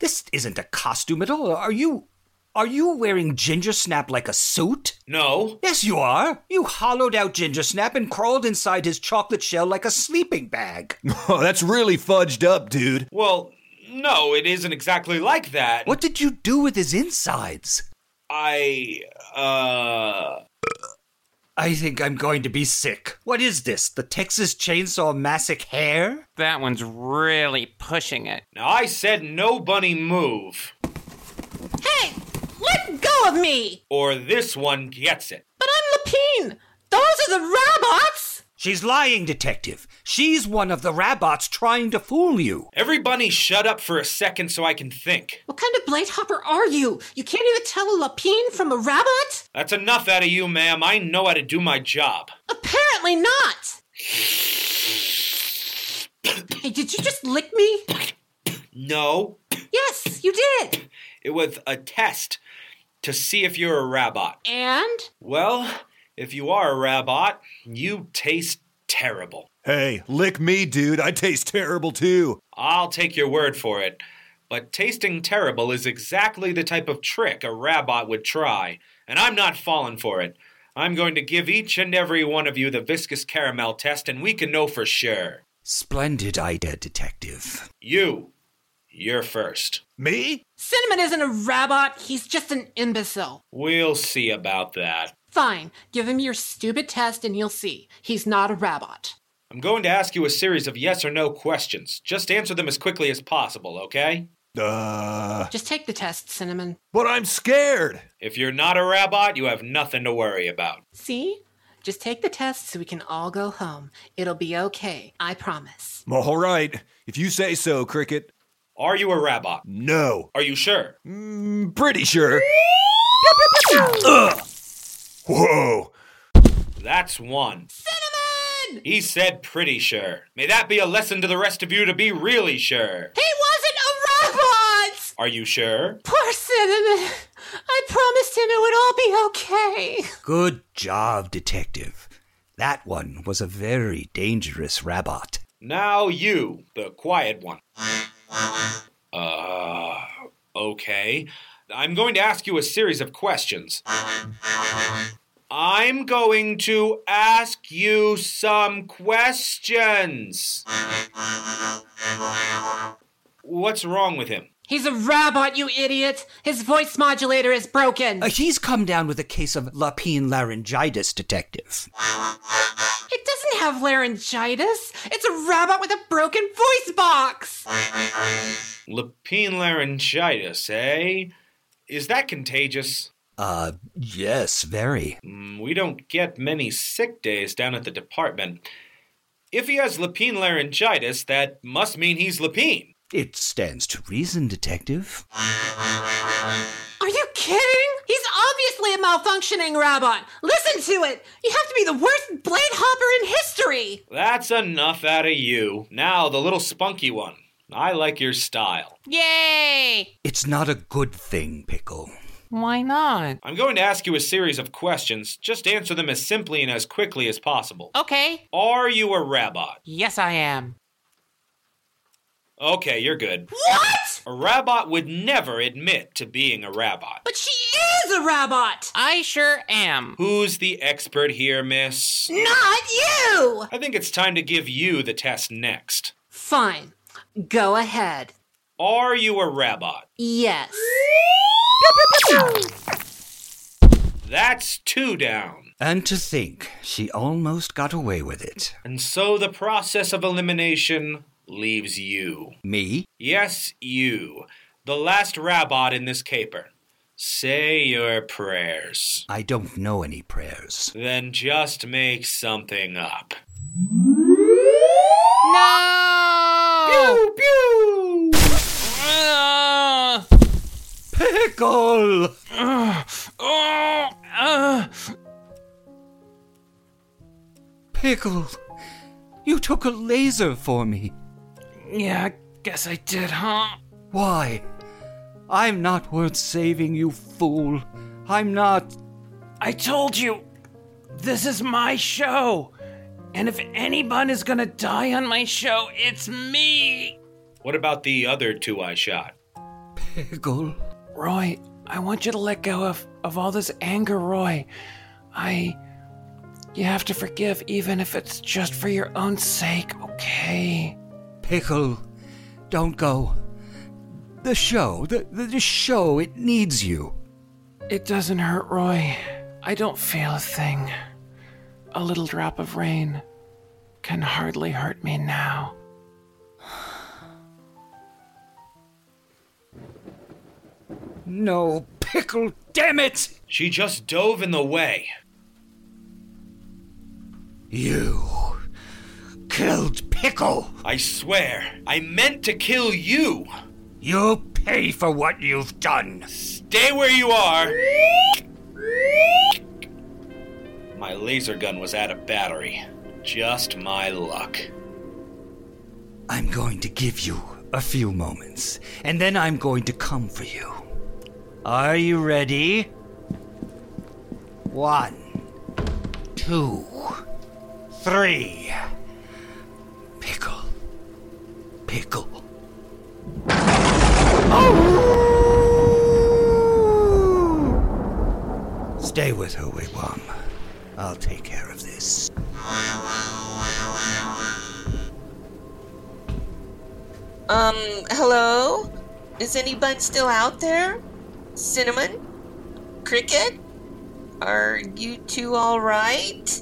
This isn't a costume at all. Are you Are you wearing ginger snap like a suit?
No.
Yes, you are. You hollowed out ginger snap and crawled inside his chocolate shell like a sleeping bag.
Oh, that's really fudged up, dude.
Well, no, it isn't exactly like that.
What did you do with his insides?
I. Uh.
I think I'm going to be sick. What is this? The Texas Chainsaw Massacre hair?
That one's really pushing it.
Now, I said no bunny move.
Let go of me!
Or this one gets it.
But I'm Lapine! Those are the robots!
She's lying, Detective. She's one of the rabots trying to fool you.
Everybody shut up for a second so I can think.
What kind of blade hopper are you? You can't even tell a Lapine from a rabbit?
That's enough out of you, ma'am. I know how to do my job.
Apparently not! hey, did you just lick me?
No,
Yes, you did!
it was a test to see if you're a rabot.
And?
Well, if you are a rabot, you taste terrible.
Hey, lick me, dude. I taste terrible too.
I'll take your word for it. But tasting terrible is exactly the type of trick a rabot would try, and I'm not falling for it. I'm going to give each and every one of you the viscous caramel test, and we can know for sure.
Splendid idea, Detective.
You, you're first.
Me?
Cinnamon isn't a robot, he's just an imbecile.
We'll see about that.
Fine, give him your stupid test and you'll see. He's not a robot.
I'm going to ask you a series of yes or no questions. Just answer them as quickly as possible, okay?
Uh.
Just take the test, Cinnamon.
But I'm scared.
If you're not a rabot, you have nothing to worry about.
See? Just take the test so we can all go home. It'll be okay, I promise.
All right. If you say so, Cricket.
Are you a rabot?
No.
Are you sure?
Mm, pretty sure. Ugh. Whoa.
That's one. Cinnamon! He said pretty sure. May that be a lesson to the rest of you to be really sure.
He wasn't a robot!
Are you sure?
Poor Cinnamon! I promised him it would all be okay.
Good job, Detective. That one was a very dangerous rabot.
Now you, the quiet one. Uh, okay. I'm going to ask you a series of questions. I'm going to ask you some questions. What's wrong with him?
He's a robot, you idiot! His voice modulator is broken!
Uh, he's come down with a case of lapine laryngitis, Detective.
It doesn't have laryngitis! It's a robot with a broken voice box!
Lapine laryngitis, eh? Is that contagious?
Uh, yes, very.
Mm, We don't get many sick days down at the department. If he has lapine laryngitis, that must mean he's lapine.
It stands to reason, Detective.
Are you kidding? He's obviously a malfunctioning robot! Listen to it! You have to be the worst blade hopper in history!
That's enough out of you. Now, the little spunky one. I like your style.
Yay!
It's not a good thing, Pickle.
Why not?
I'm going to ask you a series of questions. Just answer them as simply and as quickly as possible.
Okay.
Are you a rabot?
Yes, I am.
Okay, you're good.
What?
A rabot would never admit to being a rabot.
But she is a robot!
I sure am.
Who's the expert here, miss?
Not you!
I think it's time to give you the test next.
Fine. Go ahead.
Are you a rabot?
Yes.
That's two down.
And to think, she almost got away with it.
And so the process of elimination leaves you.
Me?
Yes, you. The last rabot in this caper. Say your prayers.
I don't know any prayers.
Then just make something up.
No!
Pew!
Ugh.
Pickle!
Ugh. Oh, ugh.
Pickle! You took a laser for me.
yeah, I guess I did, huh?
Why? I'm not worth saving, you fool. I'm not.
I told you, this is my show. And if anyone is gonna die on my show, it's me.
What about the other two I shot?
Pickle.
Roy, I want you to let go of, of all this anger, Roy. I. You have to forgive, even if it's just for your own sake, okay?
Pickle, don't go. The show, the, the, the show, it needs you.
It doesn't hurt, Roy. I don't feel a thing. A little drop of rain can hardly hurt me now.
No, Pickle, damn it!
She just dove in the way.
You killed Pickle!
I swear, I meant to kill you!
You'll pay for what you've done!
Stay where you are! My laser gun was out of battery. Just my luck.
I'm going to give you a few moments, and then I'm going to come for you. Are you ready? One, two, three. Pickle. Pickle. Oh! Stay with her, Wigwam. I'll take care of this.
Um, hello? Is anyone still out there? Cinnamon? Cricket? Are you two alright?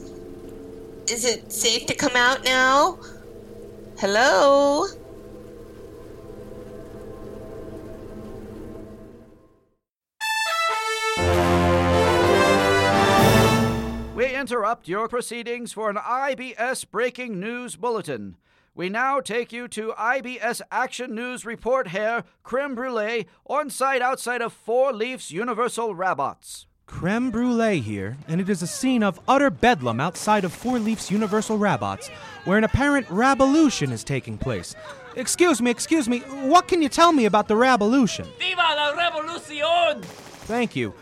Is it safe to come out now? Hello?
We interrupt your proceedings for an IBS breaking news bulletin. We now take you to IBS Action News Report Hair Creme Brulee on site outside of Four Leafs Universal Rabots.
Creme Brulee here, and it is a scene of utter bedlam outside of Four Leafs Universal Rabots, where an apparent Ravolution is taking place. Excuse me, excuse me, what can you tell me about the Ravolution?
Viva la revolución!
Thank you.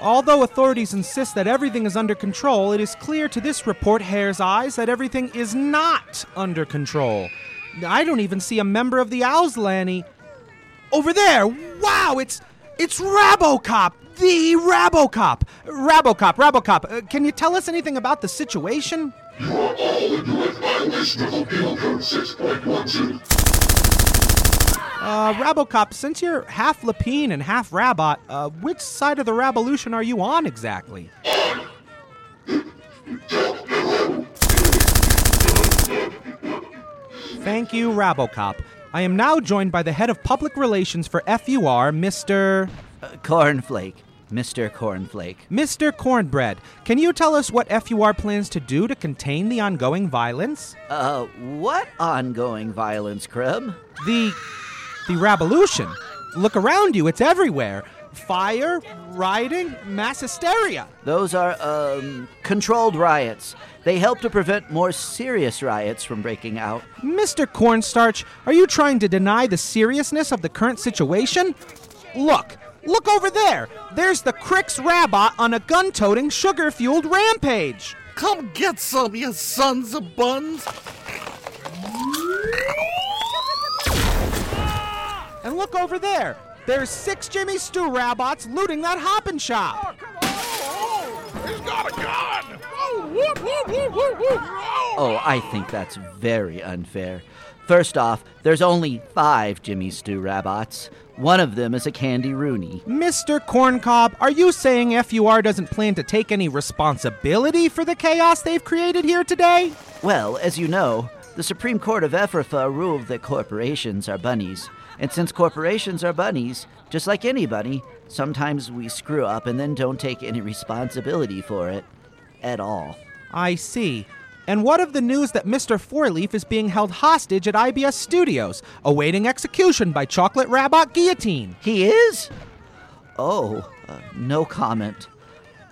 Although authorities insist that everything is under control, it is clear to this report hare's eyes that everything is not under control. I don't even see a member of the Owslani over there. Wow, it's it's RaboCop, the RaboCop, RaboCop, RaboCop. Uh, can you tell us anything about the situation?
You are all in direct violation of Penal Code 6.12.
Uh, RaboCop, since you're half Lapine and half Rabot, uh, which side of the Ravolution are you on exactly? Thank you, RaboCop. I am now joined by the head of public relations for FUR, Mr.
Uh, Cornflake. Mr. Cornflake.
Mr. Cornbread. Can you tell us what FUR plans to do to contain the ongoing violence?
Uh, what ongoing violence, Crib?
The the revolution. Look around you, it's everywhere. Fire, rioting, mass hysteria.
Those are, um, controlled riots. They help to prevent more serious riots from breaking out.
Mr. Cornstarch, are you trying to deny the seriousness of the current situation? Look, look over there. There's the Crix Rabot on a gun toting, sugar fueled rampage.
Come get some, you sons of buns!
And look over there. There's six Jimmy Stew Rabots looting that hoppin' shop.
He's got a gun! Oh, whoop, whoop, whoop, whoop, whoop.
Oh, I think that's very unfair. First off, there's only five Jimmy Stew Rabots. One of them is a Candy Rooney.
Mr. Corncob, are you saying FUR doesn't plan to take any responsibility for the chaos they've created here today?
Well, as you know, the Supreme Court of Ephrafa ruled that corporations are bunnies. And since corporations are bunnies, just like any bunny, sometimes we screw up and then don't take any responsibility for it at all.
I see. And what of the news that Mr. Fourleaf is being held hostage at IBS Studios, awaiting execution by Chocolate Rabot Guillotine?
He is? Oh, uh, no comment.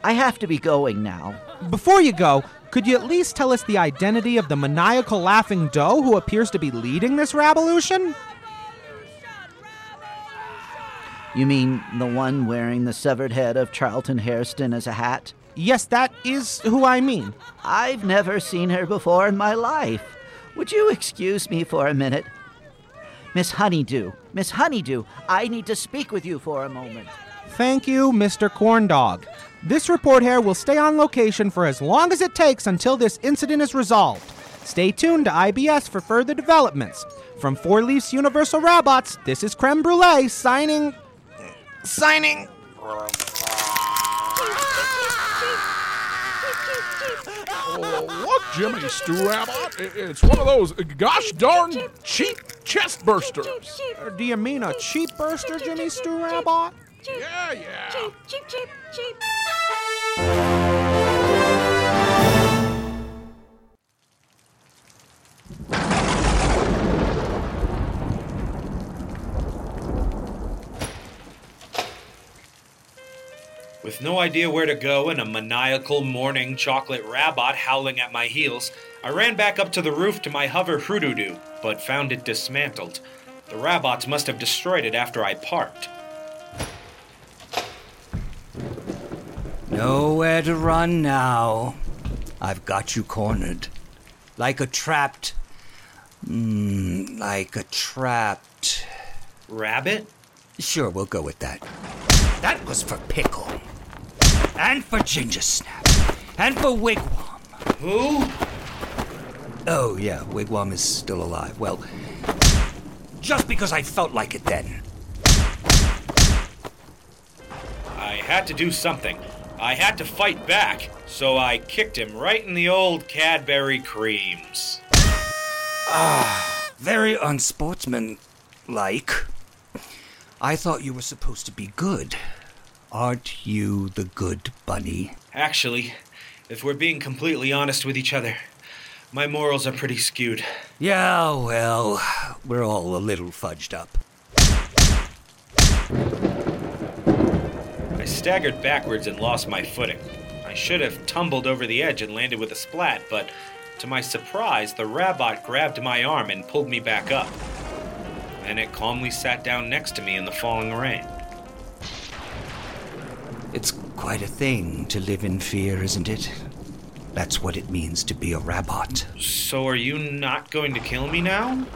I have to be going now.
Before you go, could you at least tell us the identity of the maniacal laughing doe who appears to be leading this revolution?
You mean the one wearing the severed head of Charlton Heston as a hat?
Yes, that is who I mean.
I've never seen her before in my life. Would you excuse me for a minute? Miss Honeydew, Miss Honeydew, I need to speak with you for a moment.
Thank you, Mr. Corndog. This report here will stay on location for as long as it takes until this incident is resolved. Stay tuned to IBS for further developments. From Four Leafs Universal Robots, this is Creme Brulee signing. signing.
Oh, look, Jimmy Stew Rabbit. i- It's one of those gosh darn cheap chest bursters.
Uh, Do you mean a cheap burster, Jimmy Stew Rabbit?
Yeah, yeah.
With no idea where to go and a maniacal morning chocolate rabbit howling at my heels, I ran back up to the roof to my hover hoodoo, but found it dismantled. The rabbits must have destroyed it after I parked.
Nowhere to run now. I've got you cornered. Like a trapped. Mm, like a trapped.
Rabbit?
Sure, we'll go with that. That was for Pickle. And for Ginger Snap. And for Wigwam.
Who?
Oh, yeah, Wigwam is still alive. Well, just because I felt like it then.
I had to do something. I had to fight back, so I kicked him right in the old Cadbury creams.
Ah, very unsportsmanlike. I thought you were supposed to be good. Aren't you the good bunny?
Actually, if we're being completely honest with each other, my morals are pretty skewed.
Yeah, well, we're all a little fudged up.
I staggered backwards and lost my footing. I should have tumbled over the edge and landed with a splat, but to my surprise, the rabbit grabbed my arm and pulled me back up. Then it calmly sat down next to me in the falling rain.
It's quite a thing to live in fear, isn't it? That's what it means to be a rabbit.
So, are you not going to kill me now?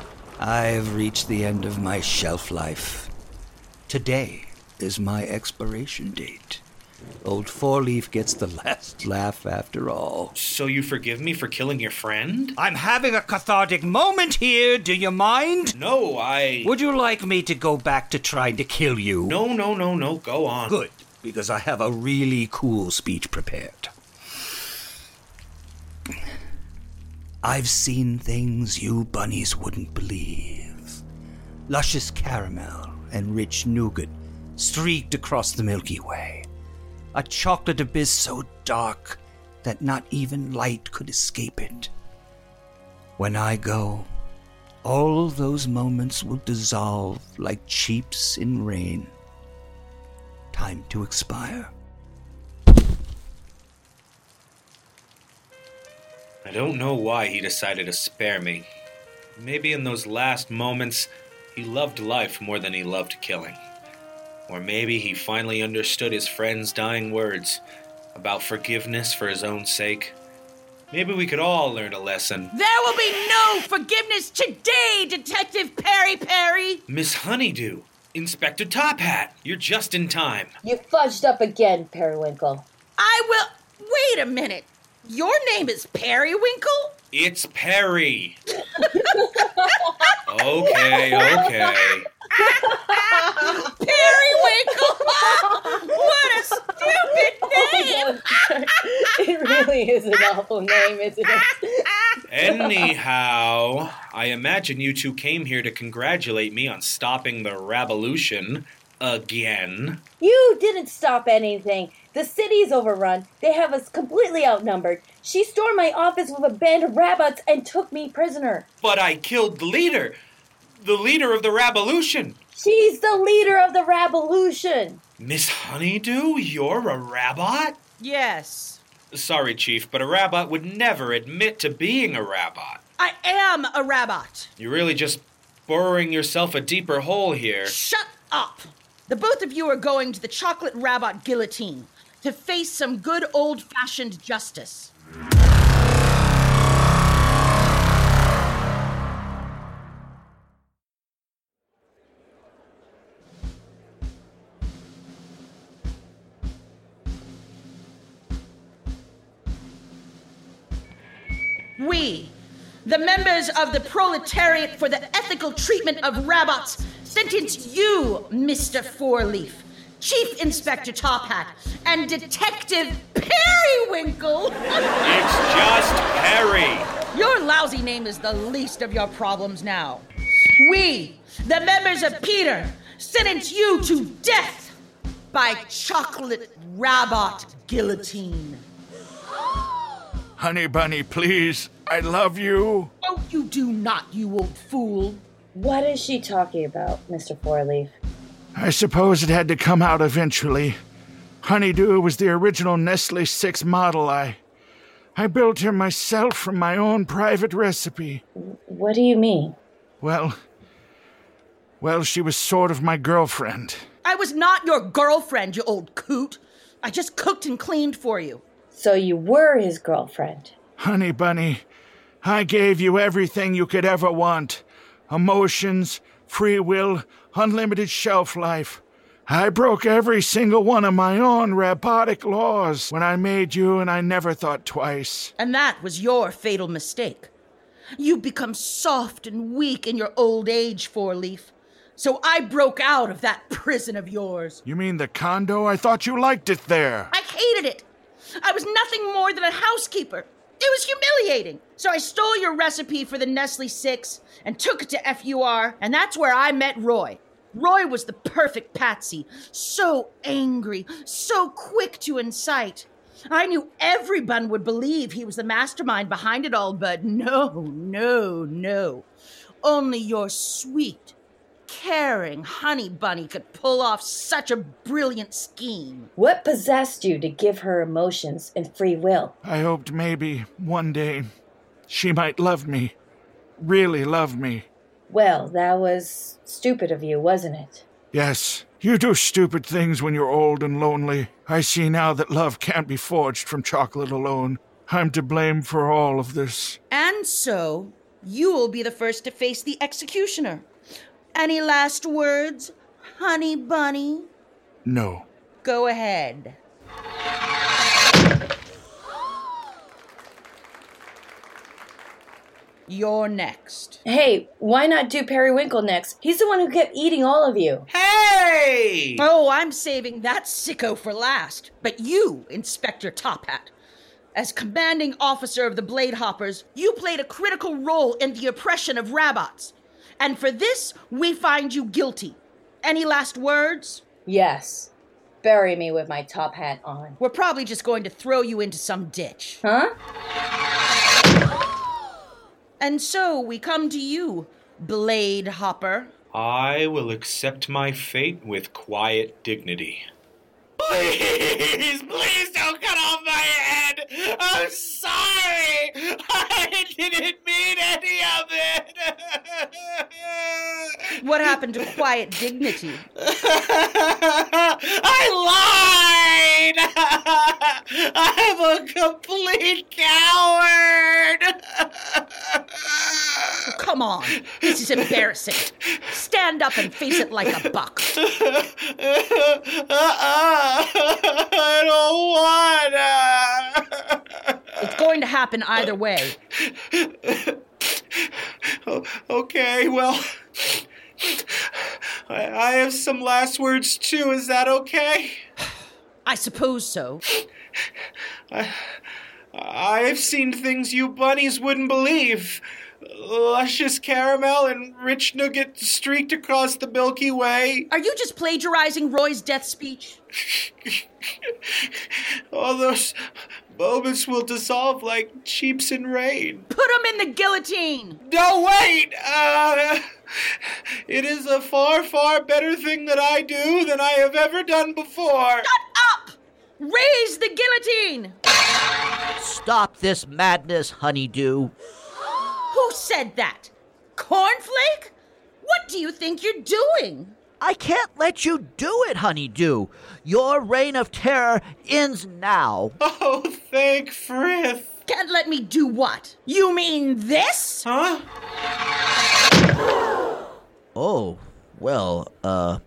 I've reached the end of my shelf life. Today is my expiration date. Old Four Leaf gets the last laugh after all.
So, you forgive me for killing your friend?
I'm having a cathartic moment here, do you mind?
No, I.
Would you like me to go back to trying to kill you?
No, no, no, no, go on.
Good, because I have a really cool speech prepared. I've seen things you bunnies wouldn't believe luscious caramel and rich nougat streaked across the Milky Way, a chocolate abyss so dark that not even light could escape it. When I go, all those moments will dissolve like cheaps in rain. Time to expire.
I don't know why he decided to spare me. Maybe in those last moments, he loved life more than he loved killing. Or maybe he finally understood his friend's dying words about forgiveness for his own sake. Maybe we could all learn a lesson.
There will be no forgiveness today, Detective Perry Perry!
Miss Honeydew, Inspector Top Hat, you're just in time.
You fudged up again, Periwinkle.
I will. Wait a minute! Your name is Periwinkle?
It's Perry. okay, okay.
Periwinkle! what a stupid
name! Oh it really is an awful name, isn't it?
Anyhow, I imagine you two came here to congratulate me on stopping the revolution again.
You didn't stop anything. The city's overrun. They have us completely outnumbered. She stormed my office with a band of rabbits and took me prisoner.
But I killed the leader, the leader of the revolution.
She's the leader of the revolution.
Miss Honeydew, you're a rabbot?
Yes.
Sorry, Chief, but a rabbot would never admit to being a rabbot.
I am a rabbit.
You're really just burrowing yourself a deeper hole here.
Shut up! The both of you are going to the chocolate rabbit guillotine to face some good old fashioned justice. We, the members of the proletariat for the ethical treatment of rabots, sentence you, Mr. Fourleaf, Chief Inspector Top Hat, and Detective Periwinkle.
It's just Harry.
Your lousy name is the least of your problems now. We, the members of Peter, sentence you to death by chocolate robot guillotine.
Honey Bunny, please. I love you.
Oh, you do not, you old fool.
What is she talking about, Mr. Fourleaf?
I suppose it had to come out eventually. Honeydew was the original Nestle 6 model. I I built her myself from my own private recipe.
What do you mean?
Well, well, she was sort of my girlfriend.
I was not your girlfriend, you old coot. I just cooked and cleaned for you.
So you were his girlfriend.
Honey Bunny, I gave you everything you could ever want emotions, free will, unlimited shelf life. I broke every single one of my own robotic laws when I made you, and I never thought twice.
And that was your fatal mistake. You become soft and weak in your old age, Four Leaf. So I broke out of that prison of yours.
You mean the condo? I thought you liked it there.
I hated it. I was nothing more than a housekeeper. It was humiliating. So I stole your recipe for the Nestle 6 and took it to FUR, and that's where I met Roy. Roy was the perfect patsy, so angry, so quick to incite. I knew everyone would believe he was the mastermind behind it all, but no, no, no. Only your sweet, caring honey bunny could pull off such a brilliant scheme.
What possessed you to give her emotions and free will?
I hoped maybe one day she might love me. Really love me.
Well, that was stupid of you, wasn't it?
Yes, you do stupid things when you're old and lonely. I see now that love can't be forged from chocolate alone. I'm to blame for all of this.
And so, you will be the first to face the executioner. Any last words, honey bunny?
No.
Go ahead. You're next.
Hey, why not do Periwinkle next? He's the one who kept eating all of you.
Hey!
Oh, I'm saving that sicko for last. But you, Inspector Top Hat, as commanding officer of the Blade Hoppers, you played a critical role in the oppression of Rabots. And for this, we find you guilty. Any last words?
Yes. Bury me with my top hat on.
We're probably just going to throw you into some ditch.
Huh?
And so we come to you, Blade Hopper.
I will accept my fate with quiet dignity.
Please, please don't cut off my head. I'm sorry. I didn't mean any of it.
What happened to quiet dignity?
I lied. I'm a complete coward.
Come on. This is embarrassing. Stand up and face it like a buck.
I don't wanna.
It's going to happen either way.
O- Okay, well, I, I have some last words too. Is that okay?
I suppose so.
I, I've seen things you bunnies wouldn't believe. Luscious caramel and rich nougat streaked across the Milky Way.
Are you just plagiarizing Roy's death speech?
All those moments will dissolve like cheeps in rain.
Put him in the guillotine!
No, wait! Uh, it is a far, far better thing that I do than I have ever done before.
Raise the guillotine!
Stop this madness, honeydew.
Who said that? Cornflake? What do you think you're doing?
I can't let you do it, honeydew. Your reign of terror ends now.
Oh, thank Frith.
Can't let me do what? You mean this?
Huh?
Oh, well, uh.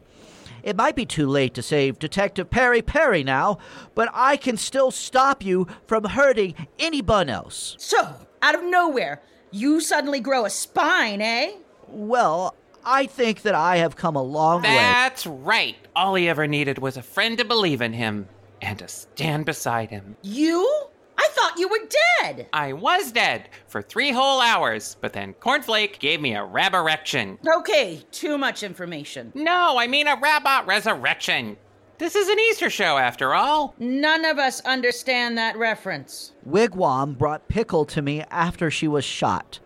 It might be too late to save Detective Perry Perry now, but I can still stop you from hurting anyone else.
So, Out of nowhere, you suddenly grow a spine, eh?
Well, I think that I have come a long
That's right. All he ever needed was a friend to believe in him and to stand beside him.
You? I thought you were dead.
I was dead for three whole hours, but then Cornflake gave me a rab erection.
Okay, too much information.
No, I mean a rabot resurrection. This is an Easter show, after all.
None of us understand that reference.
Wigwam brought Pickle to me after she was shot.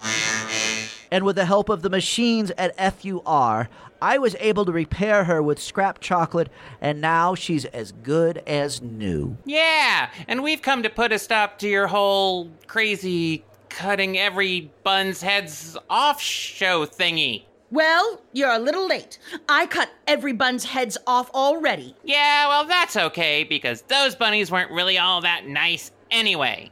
And with the help of the machines at FUR, I was able to repair her with scrap chocolate, and now she's as good as new.
Yeah, and we've come to put a stop to your whole crazy cutting every bun's heads off show thingy.
Well, you're a little late. I cut every bun's heads off already.
Yeah, well, that's okay, because those bunnies weren't really all that nice anyway.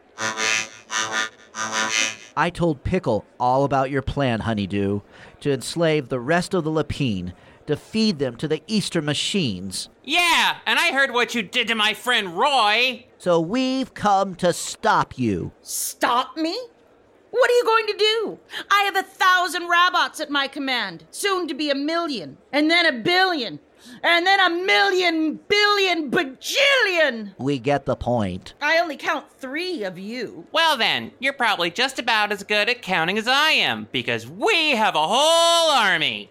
I told Pickle all about your plan, Honeydew, to enslave the rest of the Lapine, to feed them to the Easter machines.
Yeah, and I heard what you did to my friend Roy.
So we've come to stop you.
Stop me? What are you going to do? I have a thousand robots at my command, soon to be a million, and then a billion, and then a million, billion, bajillion.
We get the point.
I only count three of you.
Well, then, you're probably just about as good at counting as I am, because we have a whole army.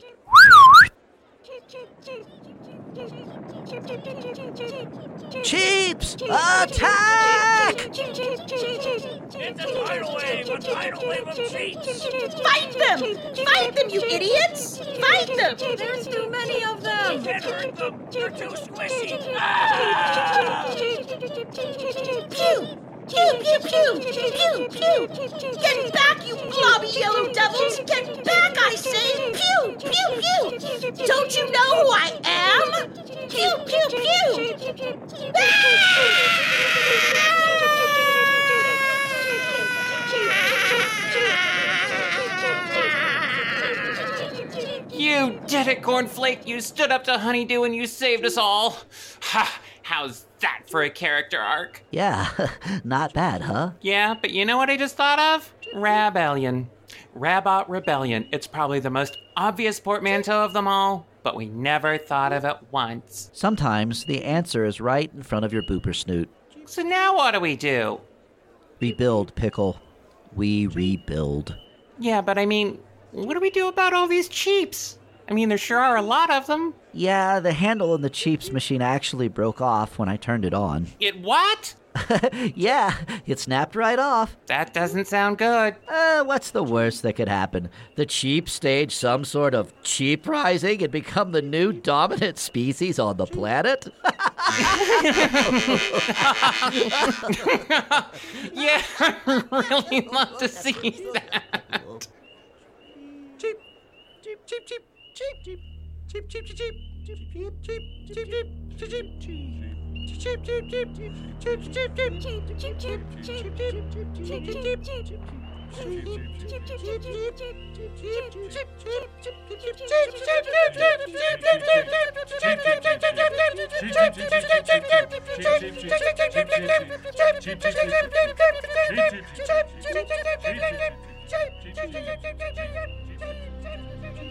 Cheeps! Attack!
It's a tidal wave! A tidal wave of cheats!
Fight them! Fight them, you idiots! Fight them!
There's too many of them! Can't hurt them! They're too squishy!
Pew! Pew, pew, pew! Pew, pew! Get back, you blobby yellow devils! Get back, I say! Pew, pew, pew! Don't you know who I am? Pew, pew, pew!
You did it, Cornflake. You stood up to Honeydew and you saved us all. Ha! How's that for a character arc?
Yeah, not bad, huh?
Yeah, but you know what I just thought of? Rabellion. Rabot Rebellion. It's probably the most obvious portmanteau of them all, but we never thought of it once.
Sometimes the answer is right in front of your booper snoot.
So now what do we do?
Rebuild, Pickle. We rebuild.
Yeah, but I mean, what do we do about all these cheaps? I mean, there sure are a lot of them.
Yeah, the handle on the Cheeps machine actually broke off when I turned it on.
It what?
yeah, it snapped right off.
That doesn't sound good.
Uh, what's the worst that could happen? The cheap stage some sort of cheap rising and become the new dominant species on the planet?
Yeah, I really love to see that.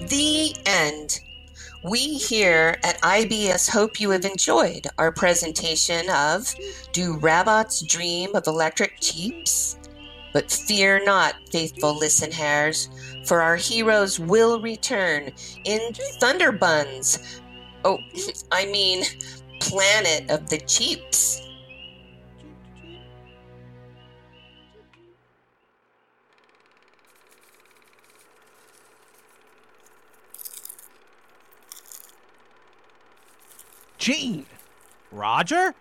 The end. We here at IBS hope you have enjoyed our presentation of Do Rabbits Dream of Electric Cheeps? But fear not, faithful listeners, for our heroes will return in Thunderbuns. Oh, I mean, Planet of the Cheeps.
Gene! Roger?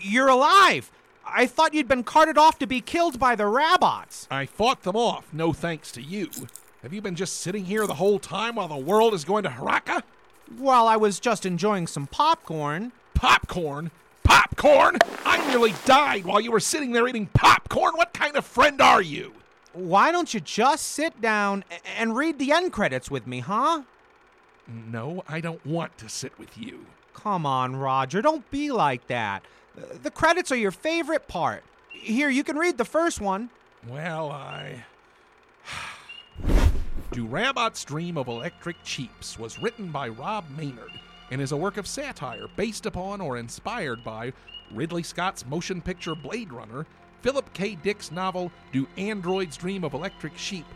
You're alive! I thought you'd been carted off to be killed by the Rabots.
I fought them off, no thanks to you. Have you been just sitting here the whole time while the world is going to haraka?
While I was just enjoying some popcorn.
Popcorn? Popcorn? I nearly died while you were sitting there eating popcorn. What kind of friend are you?
Why don't you just sit down a- and read the end credits with me, huh?
No, I don't want to sit with you.
Come on, Roger, don't be like that. Uh, The credits are your favorite part. Here, you can read the first one.
Well, I. Do Rabbot's Dream of Electric Cheaps was written by Rob Maynard and is a work of satire based upon or inspired by Ridley Scott's motion picture Blade Runner, Philip K. Dick's novel Do Androids Dream of Electric Sheep,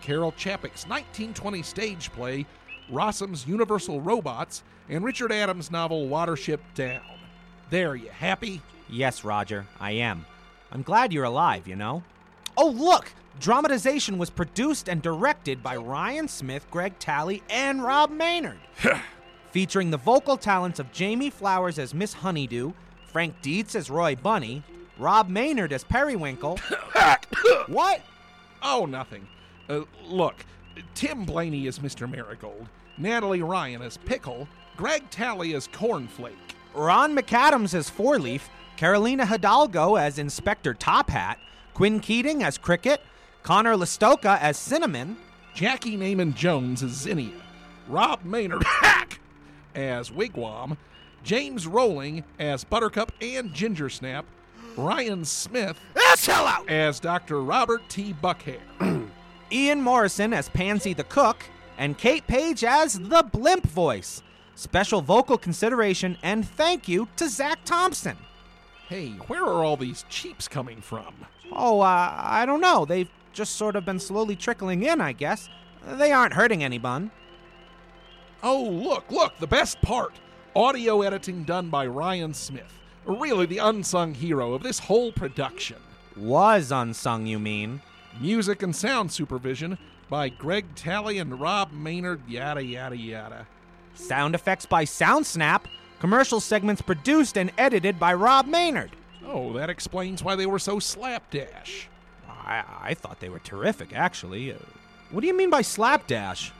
Carol Chapek's 1920 stage play Rossum's Universal Robots, and Richard Adams' novel Watership Down. There, you happy?
Yes, Roger, I am. I'm glad you're alive, you know. Oh, look! Dramatization was produced and directed by Ryan Smith, Greg Talley, and Rob Maynard. Featuring the vocal talents of Jamie Flowers as Miss Honeydew, Frank Dietz as Roy Bunny, Rob Maynard as Periwinkle. what?
Oh, nothing. Uh, look, Tim Blaney is Mr. Marigold, Natalie Ryan is Pickle, Greg Talley is Cornflake.
Ron McAdams as Four Leaf, Carolina Hidalgo as Inspector Top Hat, Quinn Keating as Cricket, Connor Listoka as Cinnamon,
Jackie Naaman Jones as Zinnia, Rob Maynard hack as Wigwam, James Rowling as Buttercup and Ginger Snap, Ryan Smith as Dr. Robert T. Buckhair.
Ian Morrison as Pansy the Cook, and Kate Page as the Blimp Voice. Special vocal consideration and thank you to Zach Thompson.
Hey, where are all these cheaps coming from?
Oh, uh, I don't know. They've just sort of been slowly trickling in, I guess. They aren't hurting anyone.
Oh, look, look, the best part audio editing done by Ryan Smith. Really the unsung hero of this whole production.
Was unsung, you mean?
Music and sound supervision by Greg Talley and Rob Maynard, yada, yada, yada.
Sound effects by SoundSnap. Commercial segments produced and edited by Rob Maynard.
Oh, that explains why they were so slapdash.
I, I thought they were terrific, actually. Uh, what do you mean by slapdash?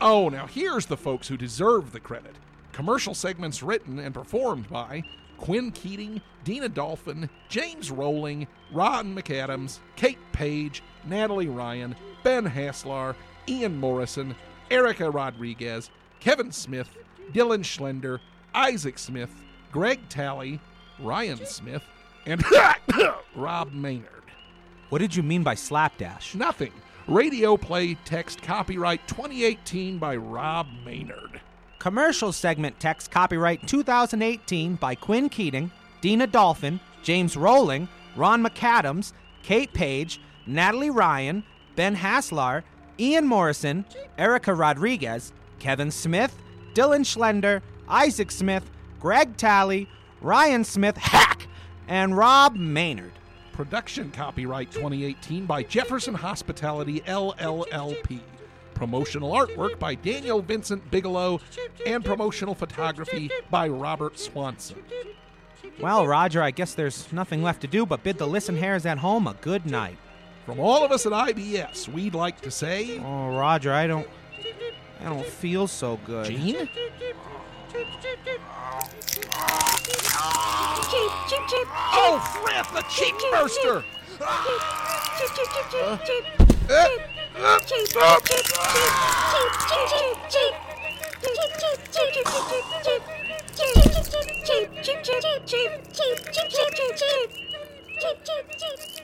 Oh, now here's the folks who deserve the credit. Commercial segments written and performed by Quinn Keating, Dina Dolphin, James Rowling, Ron McAdams, Kate Page, Natalie Ryan, Ben Haslar, Ian Morrison, Erica Rodriguez, Kevin Smith, Dylan Schlender, Isaac Smith, Greg Talley, Ryan Smith, and Rob Maynard.
What did you mean by slapdash?
Nothing. Radio play text copyright 2018 by Rob Maynard.
Commercial segment text copyright 2018 by Quinn Keating, Dina Dolphin, James Rowling, Ron McAdams, Kate Page, Natalie Ryan, Ben Haslar, Ian Morrison, Erica Rodriguez, Kevin Smith, Dylan Schlender, Isaac Smith, Greg Talley, Ryan Smith, Hack, and Rob Maynard.
Production copyright 2018 by Jefferson Hospitality LLLP. Promotional artwork by Daniel Vincent Bigelow and promotional photography by Robert Swanson.
Well, Roger, I guess there's nothing left to do but bid the listen hairs at home a good night.
From all of us at IBS, we'd like to say,
"Oh, Roger, I don't I don't feel so good."
Gene?
Cheep, cheep, cheep, cheep.
Oh, crap, the cheap burster!
Cheep, cheep, cheep, cheep, cheep. Cheep, cheep, cheep, cheep, cheep, cheep, cheep, cheep. Cheep, cheep, cheep, cheep, cheep, cheep, cheep. Cheep, cheep, cheep, cheep, cheep, cheep, cheep, cheep, cheep, cheep, cheep, cheep, cheep, cheep.